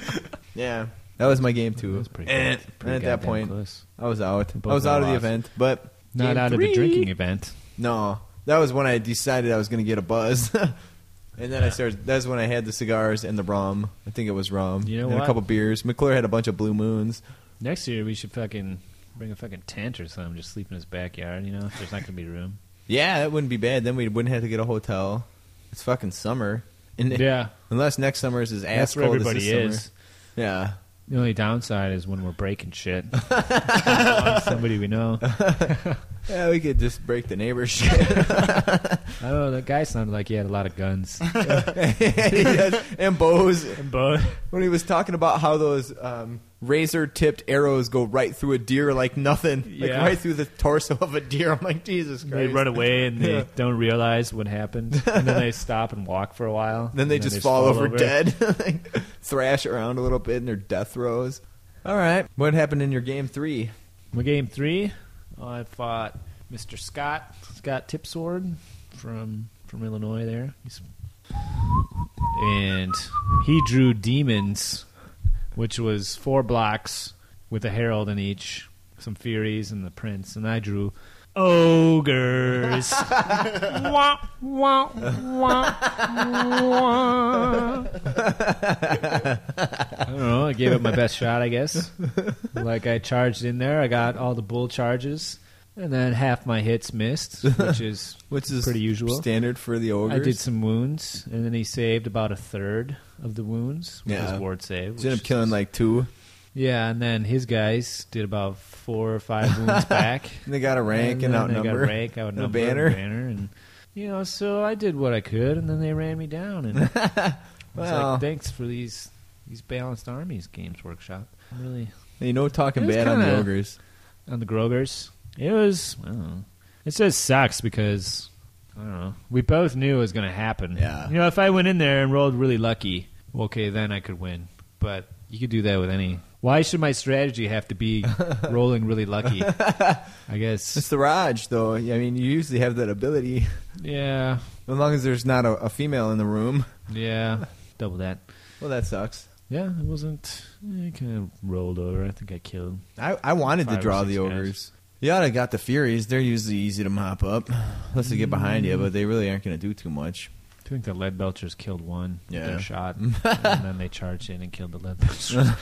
Yeah, that was my game too.
That was pretty
Eh,
close.
and
Pretty
at that
goddamn
point,
close.
I was out.
Both
I was
of
out of the
losses.
event, but
not
game
out of
three-
a drinking event.
No, that was when I decided I was going to get a buzz. and then I started. That's when I had the cigars and the rum. I think it was rum.
You know
and
what?
a couple beers. McClure had a bunch of blue moons.
Next year we should fucking bring a fucking tent or something. Just sleep in his backyard. You know, if there's not gonna be room.
Yeah, that wouldn't be bad. Then we wouldn't have to get a hotel. It's fucking summer. And
Yeah,
Unless next summer is as ass
that's where
cold as this
everybody
summer.
is.
Yeah.
The only downside is when we're breaking shit. On Somebody we know. I
Yeah, we could just break the neighbor's shit.
don't know. That guy sounded like he had a lot of guns.
and, he does- and bows.
But
When he was talking about how those um, razor tipped arrows go right through a deer like nothing, like
Yeah.
right through the torso of a deer, I'm like, Jesus Christ.
they run away and they
Yeah.
don't realize what happened, and then they stop and walk for a while.
Then they
and
just fall, over, dead, Like, thrash around a little bit in their death throes. All right. What happened in your game three?
My game three, I fought Mr. Scott Scott Tipsword from from Illinois. There, He's- and he drew demons, which was four blocks with a herald in each, some furies and the prince, and I drew ogres. wah, wah, wah, wah. I don't know. I gave it my best shot, I guess. Like I charged in there, I got all the bull charges, and then half my hits missed, which is
Which is
Pretty usual.
standard for the ogres.
I did some wounds, and then he saved about a third of the wounds with
Yeah.
his ward save.
Ended
which
up killing
is-
like two,
yeah, and then his guys did about four or five wounds back.
and they got a rank and,
then
outnumbered.
They got rank, outnumber,
and a
banner.
banner.
banner, and you know, so I did what I could, and then they ran me down. And I was
Well.
like, thanks for these these balanced armies games workshop. I'm really
You know, talking
It was
bad on the
kinda-
ogres.
on the Grogers. It was. I don't know. It just sucks because I don't know. We both knew it was going to happen.
Yeah.
You know, if I went in there and rolled really lucky, well, okay, then I could win. But you could do that with any Why should my strategy have to be rolling really lucky? I
It's
guess.
the Raj, though. I mean, you usually have that ability,
Yeah.
as long as there's not a, a female in the room.
Yeah. Double that.
Well, that sucks.
Yeah, it wasn't. I kind of rolled over. I think I killed.
I, I wanted
Five
to
or
draw
six
the
guys.
ogres. You oughta got the Furies. They're usually easy to mop up, unless they get behind you. But they really aren't going to do too much.
I think the lead belchers killed one. with
Yeah.
their shot, and then they charged in and killed the lead belchers.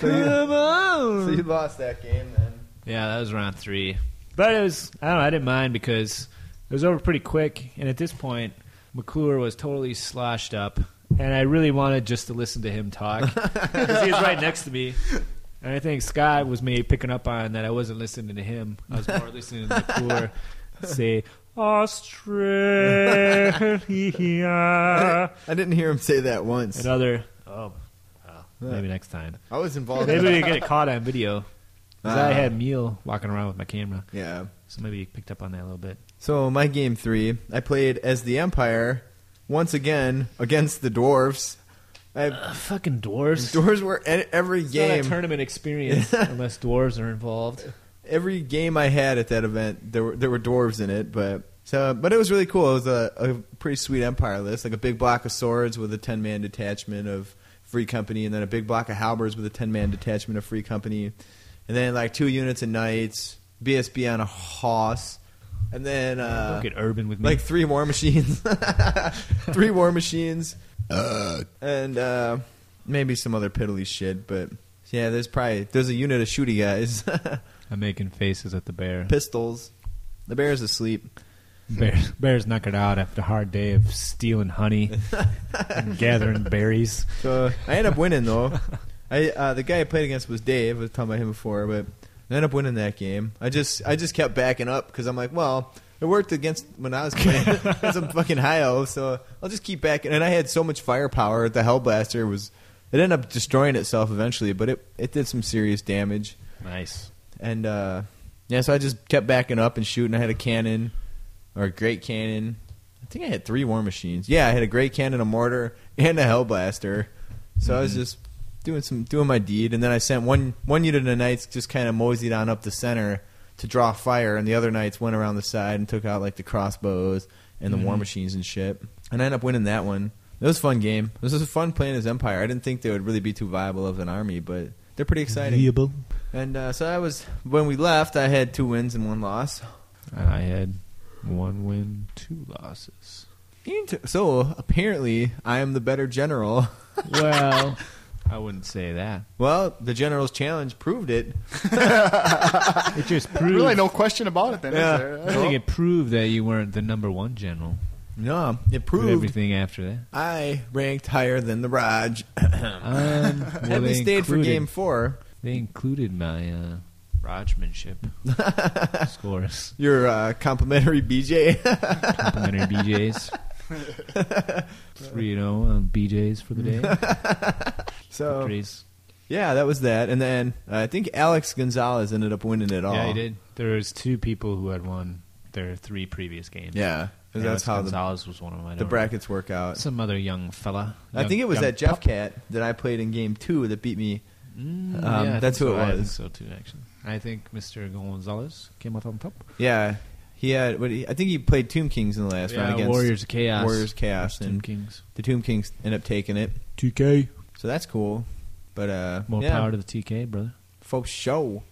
So you,
on.
so you lost that game then.
Yeah, that was round three. But it was, I don't know, I didn't mind because it was over pretty quick. And at this point, McClure was totally sloshed up. And I really wanted just to listen to him talk because he was right next to me. And I think Scott was me picking up on that I wasn't listening to him. I was more listening to McClure say, Australia.
I didn't hear him say that once.
and other, oh, well, maybe next time.
I was involved.
Maybe we get it caught on video. 'Cause I
Ah.
had Meal walking around with my camera.
yeah.
So maybe you picked up on that a little bit.
So my game three, I played as the Empire once again against the dwarves. I,
Uh, fucking dwarves.
dwarves were at every
It's not a
game.
tournament experience unless dwarves are involved.
every game I had at that event, there were there were dwarves in it, but so but it was really cool. It was a, a pretty sweet empire list, like a big block of swords with a ten man detachment of free company, and then a big block of halberds with a ten man detachment of free company, and then like two units of knights, BSB on a horse, and then uh,
Don't get urban with me.
like three war machines, three war machines, and uh, maybe some other piddly shit, but. Yeah, there's probably there's a unit of shooty guys.
I'm making faces at the bear.
pistols. The bear's asleep.
bear. Bear's knockered out after a hard day of stealing honey and gathering berries.
So I end up winning though. I uh, the guy I played against was Dave. I was talking about him before, but I ended up winning that game. I just I just kept backing up because I'm like, well, it worked against when I was playing as a fucking high elf, so I'll just keep backing. And I had so much firepower. The Hellblaster was it ended up destroying itself eventually, but it it did some serious damage.
Nice.
And uh, yeah, so I just kept backing up and shooting. I had a cannon or a great cannon. I think I had three war machines. Yeah, I had a great cannon, a mortar, and a hellblaster. So I was just doing some doing my deed, and then I sent one one unit of knights just kind of moseyed on up the center to draw fire, and the other knights went around the side and took out like the crossbows and the war machines and shit. And I ended up winning that one. It was a fun game. This was fun playing as Empire. I didn't think they would really be too viable of an army, but they're pretty exciting. And uh, so I was when we left, I had two wins and one loss.
I had one win, two losses.
Int- So apparently, I am the better general.
Well, I wouldn't say that.
Well, the general's challenge proved it.
It just proved.
Really, no question about it. Then
Yeah.
is there?
I think it proved that you weren't the number one general.
No, it
With
proved
everything after that.
I ranked higher than the Raj.
Um, well,
and we
they
stayed for
included-
game four.
They included my uh, Rajmanship scores,
Your uh, complimentary BJ.
complimentary BJ's. Three and zero on BJ's for the day.
so
Victories.
yeah, that was that. And then uh, I think Alex Gonzalez ended up winning it all.
Yeah, he did. There was two people who had won their three previous games.
Yeah, 'cause
Alex
that's how the,
Gonzalez was one of them. I
the
don't
brackets work out.
know. Some other young fella.
I
Young-
think it was
young
that Jeff
pup.
Cat that I played in game two that beat me.
Mm,
um,
yeah, I think
that's who
so.
it
I think
was.
so too, actually. I think Mr. Gonzalez came out on top.
Yeah, he had. What he, I think he played Tomb Kings in the last round
Yeah,
against
Warriors of Chaos.
Warriors Chaos,
Tomb
and
Kings.
the Tomb Kings end up taking it.
TK.
So that's cool. But uh,
More
yeah,
power to the TK, brother.
folks, show.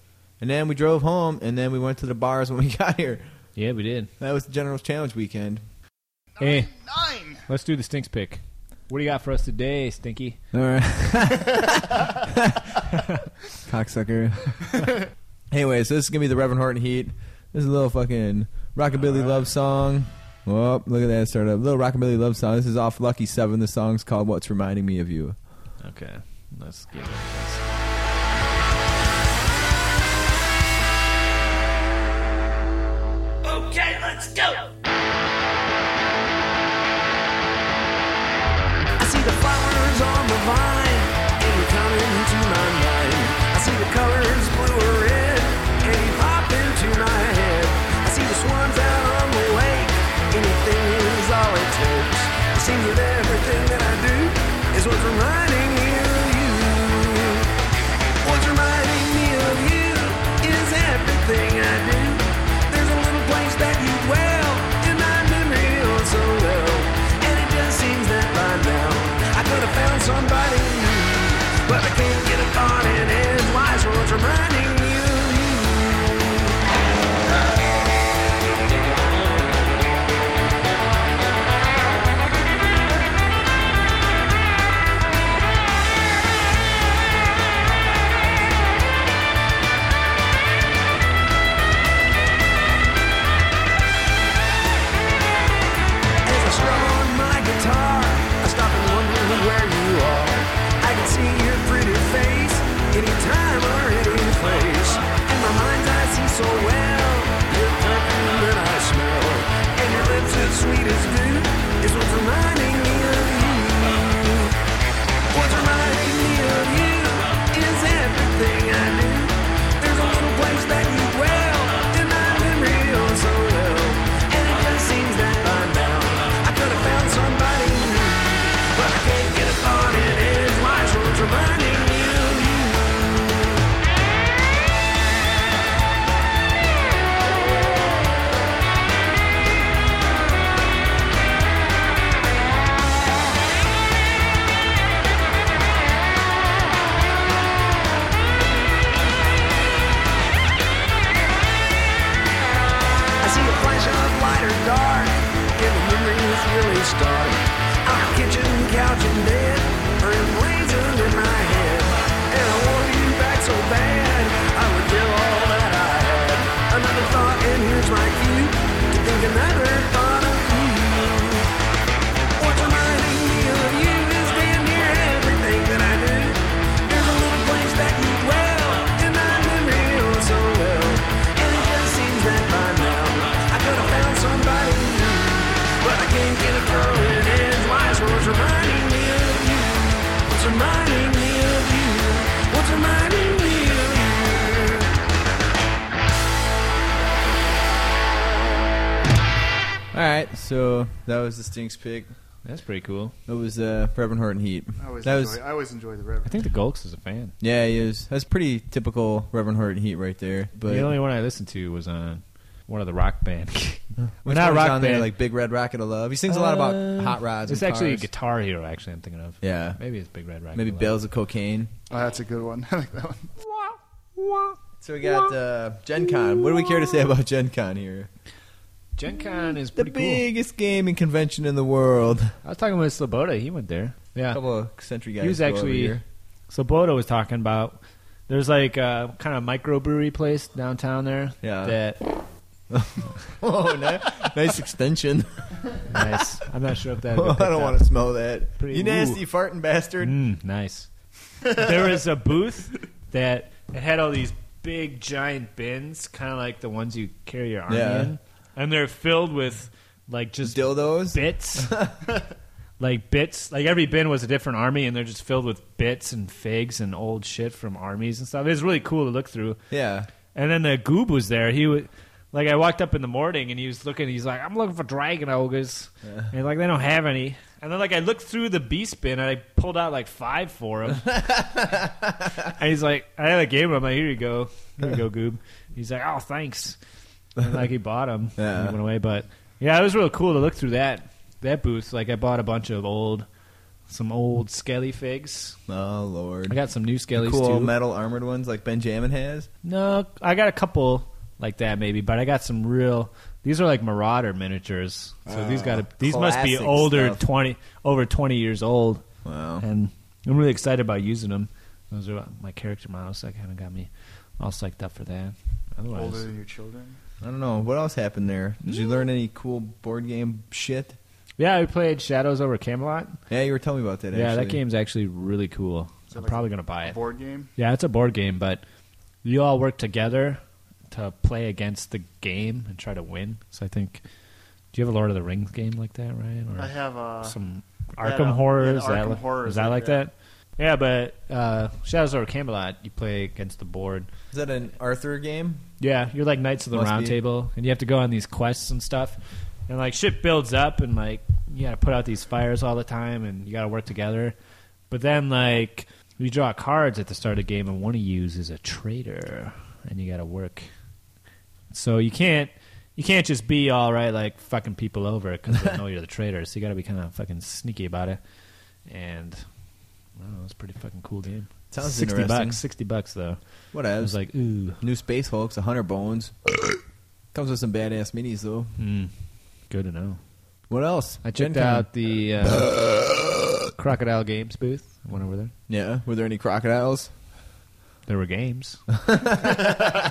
And then we drove home, and then we went to the bars when we got here.
Yeah, we did.
That was the General's Challenge weekend.
Eh.
Nine.
Let's do the stinks pick. What do you got for us today, Stinky?
All right, cocksucker. anyway, so this is gonna be the Reverend Horton Heat. This is a little fucking rockabilly love song. Whoa, look at that start up. Little rockabilly love song. This is off Lucky Seven. The song's called "What's Reminding Me of You."
Okay, let's get it.
Okay, let's go.
I see the flowers on the vine, and you're coming into my mind. I see the colors blue or red, and you pop into my head. I see the swans out on the lake, anything is all it takes. It seems that everything that I do is what's reminding me of you. oh,
All right, so that was the Stinks pick.
That's pretty cool.
That was uh, Reverend Horton Heat.
I always,
That
enjoy,
was-
I always enjoy the
I
Reverend.
think the Gulks is a fan.
Yeah, he is. That's pretty typical Reverend Horton Heat right there. But
the only one I listened to was on one of the rock band.
Which
not
one's
rock
on
band.
there, like Big Red Rocket of Love. He sings a lot about
Uh,
hot rods.
it's
and
actually
cars.
Guitar Hero. Actually, I'm thinking of.
yeah,
Maybe it's Big Red Rocket.
maybe
Love.
bales of cocaine.
Oh, that's a good one. I like that one.
So we got uh, Gen Con. What do we care to say about Gen Con here?
Gen Con is
The
pretty cool.
biggest gaming convention in the world.
I was talking with Sloboda. He went there.
A
Yeah.
couple of eccentric guys.
He was
go over
actually-
here.
Sloboda was talking about there's like a kind of microbrewery place downtown there.
Yeah.
That
oh, ni- nice extension.
nice. I'm not sure if that.
Oh, I don't want to smell that.
Pretty-
you nasty farting bastard.
Mm, nice. there was a booth that it had all these big giant bins, kind of like the ones you carry your arm
Yeah.
in, and they're filled with like just
Dildos.
bits. like bits, like every bin was a different army, and they're just filled with bits and figs and old shit from armies and stuff. It was really cool to look through.
Yeah.
And then the goob was there. He was like, I walked up in the morning and he was looking. He's like, I'm looking for dragon ogres, and like they don't have any. And then like I looked through the beast bin and I pulled out like five for him. and he's like, I like gave him. I'm like, here you go, here you go, goob. He's like, oh, thanks. And like he bought them.
Yeah.
And he went away, but yeah, it was real cool to look through that that booth. Like I bought a bunch of old, some old skelly figs.
Oh
I
lord.
got some new skellies
Cool
too.
metal armored ones like Benjamin has.
No, I got a couple like that maybe, but I got some real. These are like Marauder miniatures, so these
Ah,
got to, these must be
classic
older
stuff.
twenty over twenty years old,
Wow.
and I'm really excited about using them. Those are my character models. That kind of got me all psyched up for that.
Older
Otherwise,
than your children.
I don't know what else happened there. Did
Mm.
you learn any cool board game shit?
yeah, we played Shadows over Camelot.
Yeah, you were telling me about that.
Yeah, that
actually.
game's actually really cool.
that
I'm
like
probably gonna buy
A
it.
board game.
Yeah, it's a board game, but you all work together to play against the game and try to win. So I think. Do you have a Lord of the Rings game like that, Ryan? Or
I have uh,
some
yeah,
Arkham
yeah,
Horror?
the
is that
Arkham
like-
Horror
is
is
that like
like
that? Yeah, but uh, Shadows over Camelot, you play against the board.
Is that an Arthur game?
Yeah, you're like Knights of the
Must
Round
be.
Table, and you have to go on these quests and stuff. And like shit builds up, and like you got to put out these fires all the time, and you got to work together. But then like you draw cards at the start of the game, and one of you is a traitor, and you got to work. So you can't you can't just be all right like fucking people over because they know you're the traitor. So you got to be kind of fucking sneaky about it. And I don't know, it's a pretty fucking cool game.
Sounds
sixty
interesting.
bucks, sixty bucks though.
What
I was like, ooh.
New Space Hulk's 100 Bones. Comes with some badass minis, though.
Mm. Good to know.
What else?
I
Gen
checked
Con.
out the uh, Crocodile Games booth. I went over there.
Yeah. Were there any crocodiles?
There were games.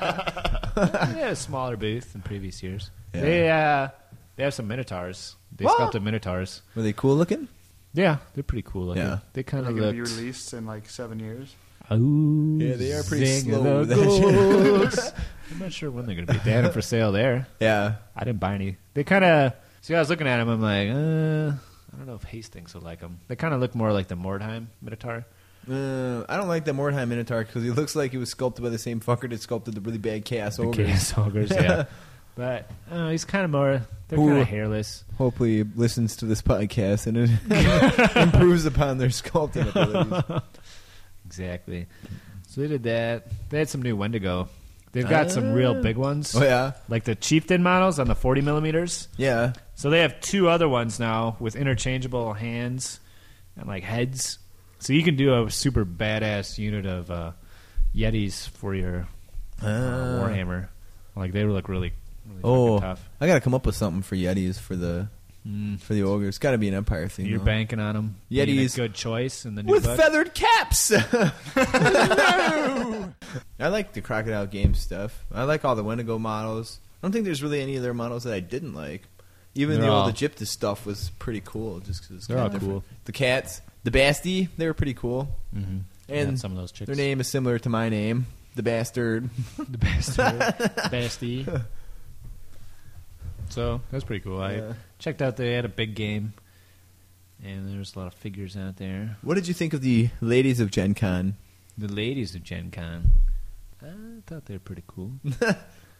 yeah, a smaller booth than previous years.
Yeah.
They uh, they have some minotaurs. They sculpted minotaurs.
Were they cool looking?
Yeah, they're pretty cool looking.
Yeah.
They kind
They're
of
going to be
look.
released in like seven years.
Ooh,
Yeah, they are pretty
zing
slow
the
with that shit.
goats. I'm not sure when they're going to be. They had 'em for sale there.
Yeah.
I didn't buy any. They kind of. See, I was looking at them. I'm like, uh, I don't know if Hastings will like them. They kind of look more like the Mordheim minotaur.
Uh, I don't like the Mordheim Minotaur because he looks like he was sculpted by the same fucker that sculpted the really bad Cass
The
ogre.
Chaos Ogres, yeah. but uh, he's kind of more. They're
Who-
kind of hairless.
Hopefully, he listens to this podcast and it improves upon their sculpting abilities.
Exactly. So they did that. They had some new Wendigo. They've got some
Ah.
real big ones,
Oh yeah,
like the Chieftain models on the 40 millimeters.
yeah.
So they have two other ones now with interchangeable hands and like heads. So you can do a super badass unit of uh, Yetis for your uh,
Ah.
Warhammer. Like they look really, really fucking
Oh,
tough.
I gotta come up with something for Yetis for the
Mm.
for the ogre. It's gotta be an Empire thing.
You're
though.
banking on them.
Yetis.
good choice in the new
with
book.
feathered caps. no! I like the crocodile game stuff. I like all the Wendigo models. I don't think there's really any of their models that I didn't like. Even
They're
the
all-
old Egyptus stuff was pretty cool, just because it's
They're
kinda
all cool.
different. The cats, the Basti, they were pretty cool.
Mm-hmm.
And
some of those chicks.
Their name is similar to my name, the bastard.
the bastard, bestie. So that's pretty cool. I
Yeah.
checked out. They had a big game, and there was a lot of figures out there.
What did you think of the ladies of Gen Con?
The ladies of Gen Con, I thought they were pretty cool.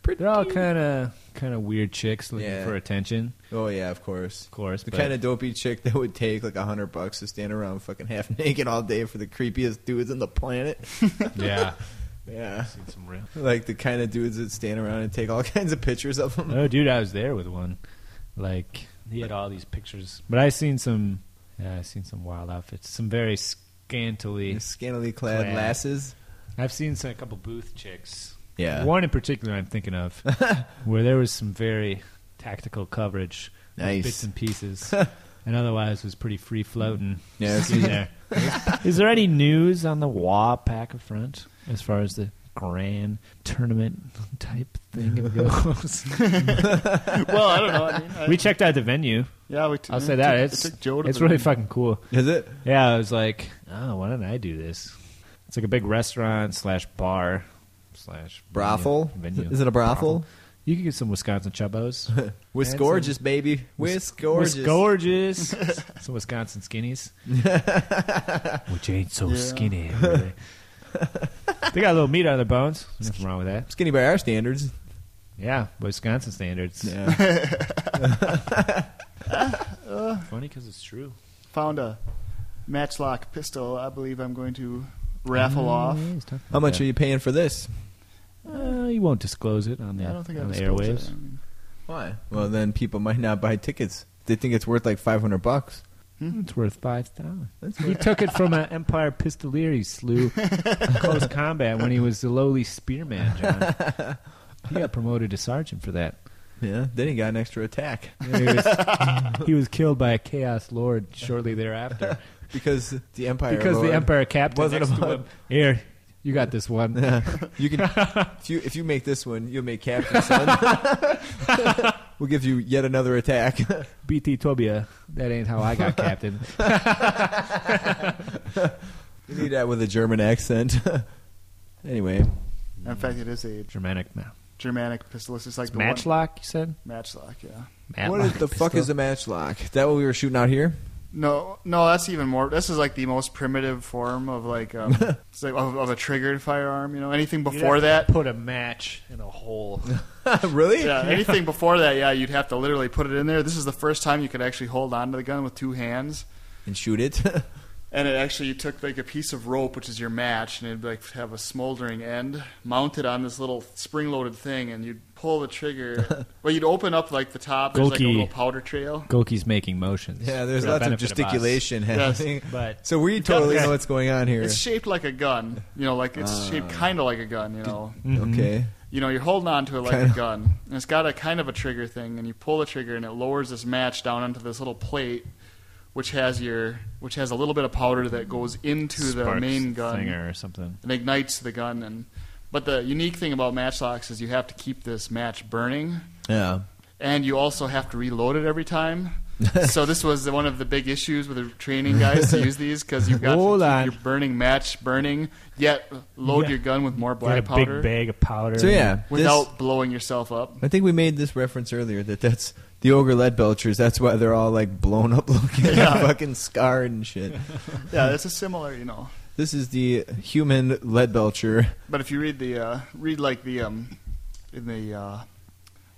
Pretty.
They're all kind of kind of weird chicks looking
Yeah.
for attention,
Oh yeah, of course.
of course.
The
but
kind of dopey chick that would take like a hundred bucks to stand around fucking half naked all day for the creepiest dudes on the planet.
yeah,
Yeah,
seen some real.
like the kind of dudes that stand around and take all kinds of pictures of them.
Oh, dude, I was there with one. Like he had all these pictures, but I seen some. Yeah, I seen some wild outfits. Some very scantily.
Scantily clad
Clad.
lasses.
I've seen some, a couple booth chicks.
Yeah.
One in particular, I'm thinking of, where there was some very tactical coverage, with
Nice.
bits and pieces, and otherwise was pretty free floating.
Yeah,
in there. Is there any news on the WA pack of front as far as the grand tournament type thing goes?
well, I don't know. I mean, I-
we checked out the venue.
yeah, we. T-
I'll
we
say that
took-
it's
we took Joe to
it's
the-
really fucking cool.
Is it?
Yeah, I was like, oh, why didn't I do this? It's like a big restaurant slash bar slash
Brothel?
Venue. venue.
Is it a brothel?
You could get some Wisconsin chubbos.
With gorgeous, baby. With gorgeous.
gorgeous. some Wisconsin skinnies, which ain't so
Yeah.
skinny. Really. they got a little meat on their bones. Nothing wrong with that.
Skinny by our standards.
Yeah, Wisconsin standards.
Yeah.
Funny because it's true.
found a matchlock pistol. I believe I'm going to
Mm.
raffle off.
How much are you paying for this?
Uh, you won't disclose it on the,
I don't think I
on the
disclosed it.
airwaves.
I mean,
Why? Well, then people might not buy tickets. They think it's worth like 500 bucks.
It's worth five thousand. You took it from an Empire Pistolier he slew in close combat when he was the lowly spearman. John, he got promoted to sergeant for that.
Yeah. Then he got an extra attack
He was, he was killed by a Chaos Lord shortly thereafter
because the Empire.
because
Lord-
the Empire captain
wasn't
next to
about-
him. Here, you got this one.
You can if you if you make this one, you'll make Captain Son. we'll give you yet another attack.
BT Tobia. That ain't how I got captain.
you need that with a German accent. anyway,
Mm.
In fact, it is a
Germanic now.
Germanic pistol. It's just like the one-
Matchlock, you said.
matchlock, yeah.
what
Matlock
the fuck
pistol.
is a matchlock? Is that what we were shooting out here?
No, no, that's even more. This is like the most primitive form of like, um, it's like of, of a triggered firearm. You know, anything
You'd
before
have to
that,
Put a match in a hole.
really?
yeah, anything before that, yeah, you'd have to literally put it in there. This is the first time you could actually hold onto the gun with two hands,
And shoot it.
and it actually you took like a piece of rope, which is your match, and it'd like have a smoldering end mounted on this little spring-loaded thing, and you'd pull the trigger. well, you'd open up like the top. There's like a
Golgi.
little powder trail.
Golke's making motions.
yeah, there's
For the
lots of
benefit us.
gesticulation
Yes.
happening.
But
So we totally
Yeah.
know what's going on here. Ah.
It's shaped like a gun. You know, like it's shaped kind of like a gun. You know.
Okay.
you know, you're holding on to it like
Kinda.
a gun. And it's got a kind of a trigger thing, and you pull the trigger, and it lowers this match down onto this little plate, which has your, which has a little bit of powder that goes into the
Sparks
main gun
Singer or something.
and ignites the gun. And but the unique thing about matchlocks is you have to keep this match burning,
Yeah.
and you also have to reload it every time. so this was one of the big issues with the training guys to use these because you've got
Hold
to
on.
keep your burning match burning, yet load
Yeah.
your gun with more
Got a
black powder
big bag of powder.
So yeah,
without
this-
blowing yourself up.
I think we made this reference earlier that that's the ogre lead belchers. That's why they're all like blown up looking, and fucking scarred and shit.
Yeah, it's a similar, you know.
This is the human lead belcher.
But if you read the uh, read like the um, in the uh,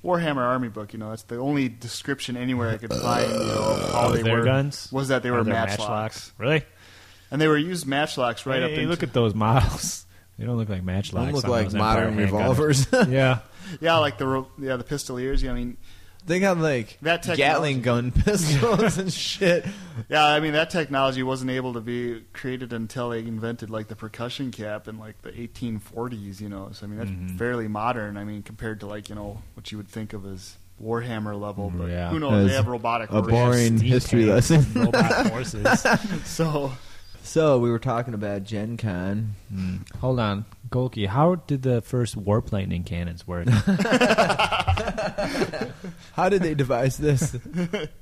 Warhammer Army book, you know, that's the only description anywhere I could find. You know, of how
Oh,
they
their
were
guns?
was that they were
Are there
matchlocks.
Really?
and they were used matchlocks right up.
Hey,
Into,
look at those models. They don't look like matchlocks.
They look
on
like
those Empire
modern
handguns.
revolvers.
yeah.
yeah, like the ro- yeah the pistoliers. Yeah, I mean,
they got like
That
Gatling gun
technology.
pistols and shit.
yeah, I mean that technology wasn't able to be created until they invented like the percussion cap in like the 1840s. You know, so I mean that's
Mm-hmm.
fairly modern. I mean compared to like you know what you would think of as Warhammer level, but
Yeah.
who knows? They
As
have robotic
a
warriors.
boring
Steam
history
tanks,
lesson.
Robot horses.
So
So we were talking about Gen Con.
Hold on, Golki. How did the first warp lightning cannons work?
How did they devise this?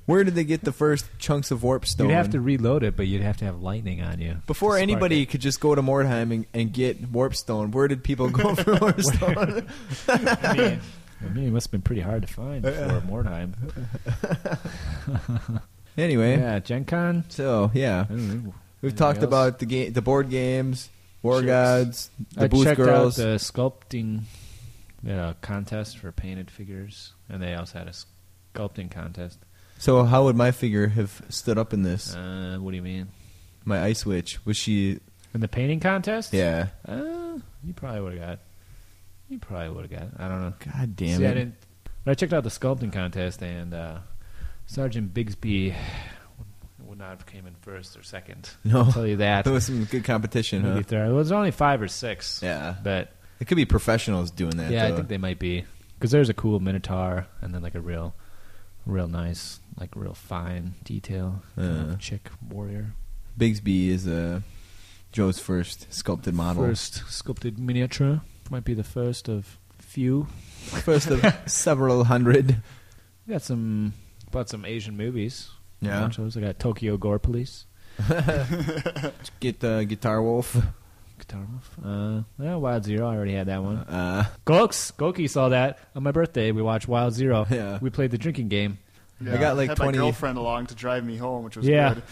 Where did they get the first chunks of warp stone?
you'd have to reload it, but you'd have to have lightning on you.
Before
to spark
anybody
it.
could just go to Mordheim and, and get warp stone, where did people go for warp stone?
I mean, I mean, it must have been pretty hard to find
Uh,
before Mordheim.
anyway,
Yeah, Gen Con.
so yeah,
I don't know.
we've
Anything
talked
else?
about the game, the board games, War
Ships.
Gods, the
I
Booth
checked
Girls.
out the sculpting They had a contest for painted figures, and they also had a sculpting contest.
So how would my figure have stood up in this?
Uh, what do you mean?
My ice witch was she?
In the painting contest?
Yeah.
Uh, you probably would have got. You probably would have got. I don't know.
God damn
See, I
it!
didn't. But I checked out the sculpting contest, and uh, Sergeant Bigsby would not have came in first or second.
No.
I'll tell you that.
There was some good competition,
Maybe
huh?
third. It was only five or six.
Yeah.
But
It could be professionals doing that.
yeah, I
though.
think they might be because there's a cool minotaur and then like a real, real nice, like real fine detail kind
Uh.
of chick warrior.
Bigsby is uh, Joe's first sculpted model.
First sculpted miniature might be the first of few.
First of several hundred.
We got some bought some Asian movies.
Yeah.
Watch those. I got Tokyo Gore Police.
Get uh, Guitar Wolf.
Guitar Wolf. Uh, yeah, Wild Zero. I already had that one.
Uh,
Goks, Goki saw that on my birthday. We watched Wild Zero.
Yeah.
We played the drinking game.
I got like
had my
20.
girlfriend along to drive me home, which was
yeah.
good.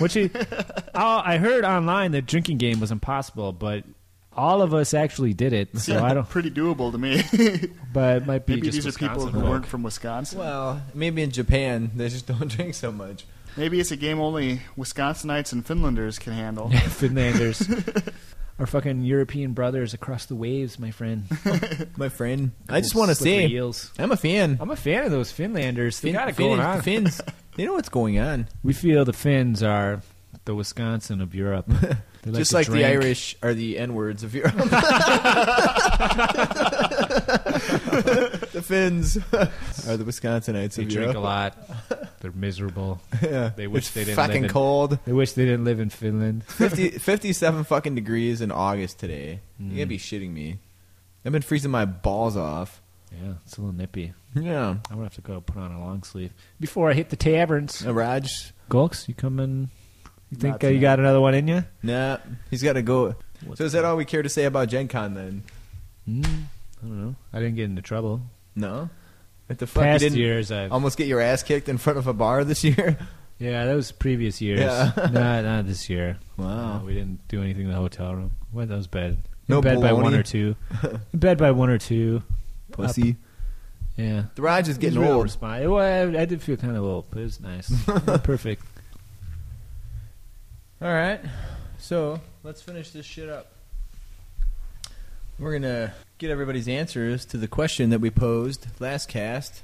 Which he, oh, I heard online that drinking game was impossible, but all of us actually did it. So I don't.
Pretty doable to me.
But it might be
Maybe
just
these are people
Wisconsin
who
folk.
weren't from Wisconsin.
well, maybe in Japan they just don't drink so much.
Maybe it's a game only Wisconsinites and Finlanders can handle.
Finlanders. Our fucking European brothers across the waves, my friend.
My friend, I just want to
Slippery
say,
eels.
I'm a fan.
I'm a fan of those Finlanders. They got it
Fin-
going on.
Finns, they know what's going on.
We feel the Finns are the Wisconsin of Europe. They
just
to
like the
drink.
Irish are the N words of Europe. the Finns are the Wisconsinites
They
of
drink a
Europe.
lot. They're miserable.
yeah.
They wish
it's
they didn't live
fucking
in-
cold.
They wish they didn't live in Finland.
50, 57 fucking degrees in August today. You're
Mm.
gonna be shitting me. I've been freezing my balls off.
Yeah, it's a little nippy.
Yeah.
I'm gonna have to go put on a long sleeve before I hit the taverns.
Uh, Raj,
Gulks, you coming? You think
Not
uh, you got another one in you?
nah, he's got to go.
What's
so is that all we care to say about Gen Con then?
Mm, I don't know. I didn't get into trouble.
No. At the fuck you
Past
didn't Um,
years, I've
almost get your ass kicked in front of a bar this year.
yeah, that was previous years.
Yeah.
not not this year.
Oh.
Wow.
No, we didn't do anything in the hotel room. Went that was bed. In
No
bed by one
baloney.
or two. In bed by one or two.
Pussy.
Yeah.
The Raj is
It
getting
was real
old.
responsive. Well, I, I did feel kind of old, but it was nice. Not perfect.
All right. So let's finish this shit up. We're going to get everybody's answers to the question that we posed last cast.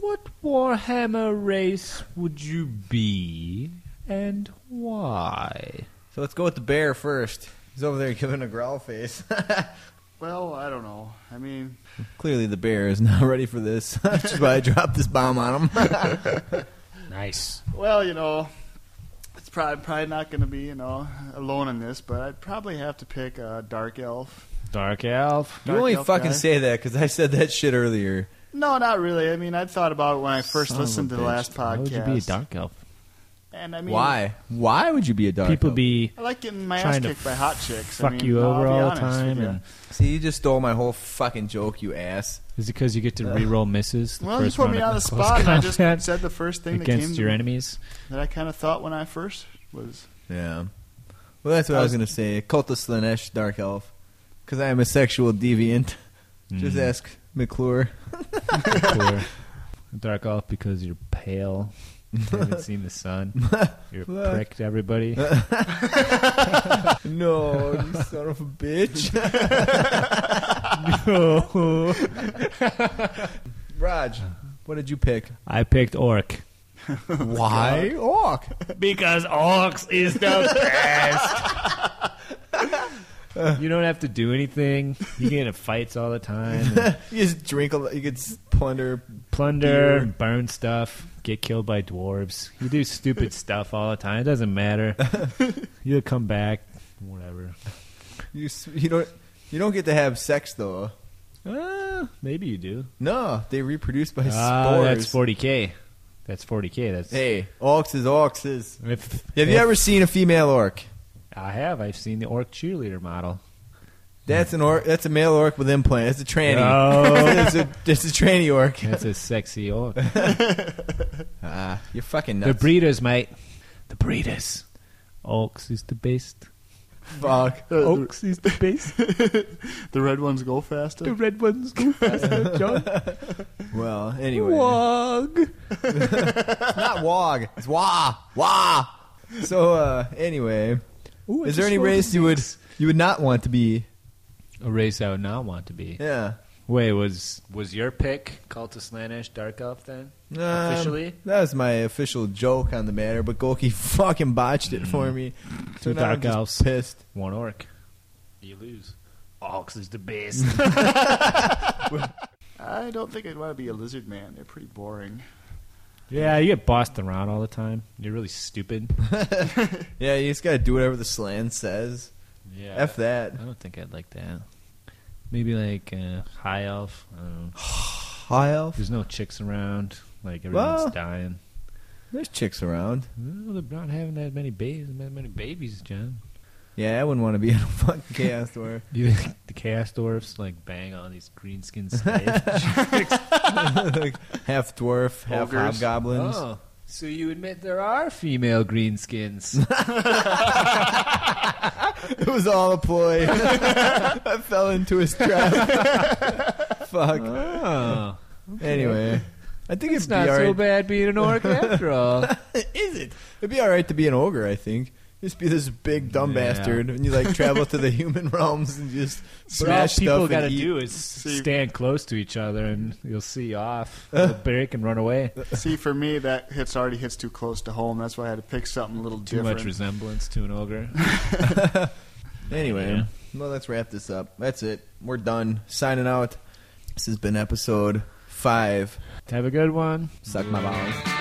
What Warhammer race would you be and why?
So let's go with the bear first. He's over there giving a growl face.
well, I don't know. I mean,
Clearly, the bear is not ready for this. That's why I dropped this bomb on him.
Nice.
well, you know, it's probably probably not going to be you know alone in this, but I'd probably have to pick a dark elf.
Dark Elf.
you
Dark
only
elf
fucking
guy.
say that because I said that shit earlier.
No, not really. I mean, I thought about it when I first
Son of a
listened to the
bitch.
last
Why
podcast.
would you be a Dark Elf?
And I mean,
Why? Why would you be a dark?
People
elf?
be
I like getting my ass
Trying to
kicked by hot chicks. I
fuck
mean,
you
I'll
over
be
all the
honest with
time.
ya.
And
See, you just stole my whole fucking joke, you ass.
is it because you get to re-roll misses? The
well, you
first
put
round
me
of
on the
close
spot, and I just
combat
said the first thing that came
against
to
your
me
enemies.
that I kind of thought when I first was.
Yeah. Well, that's what I was, gonna say. Cult of Slanesh, dark elf, because I am a sexual deviant. Just
Mm.
ask McClure.
Cooler. Dark Elf because you're pale. You haven't seen the sun. You're a
Look.
prick to everybody.
no, you son of a bitch.
No.
Raj, what did you pick?
I picked Orc.
Why orc?
Because Orcs is the best. you don't have to do anything. You get into fights all the time. and
You just drink a lot. You could s- plunder.
plunder, burn stuff, get killed by dwarves. You do stupid stuff all the time. It doesn't matter. You'll come back. Whatever.
You s- you don't you don't get to have sex though.
Uh, maybe you do.
No, they reproduce by
Ah,
spores.
that's 40K. That's 40K. That's.
Hey, orcs is orcs is.
If,
Have you
if-
ever seen a female orc?
I have. I've seen the orc cheerleader model.
That's an orc. That's a male orc with implant. It's a tranny.
Oh.
it's, a, it's a tranny orc.
That's a sexy orc.
Ah, you're fucking
The
nuts.
breeders, mate. The breeders. Orcs is the best.
Fuck.
Oaks is the base.
uh, The red ones go faster.
The red ones go faster, John.
Well, anyway.
Wog.
It's not wog. It's wah. Wah. So, uh, anyway.
Ooh, I
is there
just
any
rolled a
race you would you would not want to be?
A race I would not want to be.
Yeah.
Wait, was was your pick Cultus Lanish Dark Elf then?
Um,
Officially?
That was my official joke on the matter, but Golki fucking botched it for me. So
Mm. Two
now I'm
dark
just
elves.
pissed.
One orc. You lose. Ox is the best.
I don't think I'd want to be a lizard man. They're pretty boring.
yeah, you get bossed around all the time. You're really stupid.
Yeah, you just gotta do whatever the slan says.
Yeah.
F that.
I don't think I'd like that. Maybe like uh, high elf. I don't know.
High elf.
There's no chicks around. Like everyone's
Well-
dying.
There's chicks around.
Well, they're not having that many babies. That many babies, John.
Yeah, I wouldn't want to be in a fucking chaos door.
Do you think the chaos dwarfs like bang on these green skin slaves?
Like, half dwarf, half
Ogres.
hobgoblins.
Oh, so you admit there are female greenskins?
It was all a ploy. I fell into his trap. Fuck.
oh,
Anyway, I think
it's
it'd be
not so
alright.
bad being an orc after all.
Is it? It'd be all right to be an ogre, I think. Just be this big dumb
Yeah.
bastard, and you like travel to the human realms and just
But all
smash
people
stuff
gotta
and eat.
do is stand close to each other, and you'll see off. They'll break and run away.
See, for me, that hits already hits too close to home. That's why I had to pick something a little
Too
different.
much resemblance to an ogre.
Anyway, well, let's wrap this up. That's it. We're done. Signing out. This has been episode five.
Have a good one.
Suck my balls.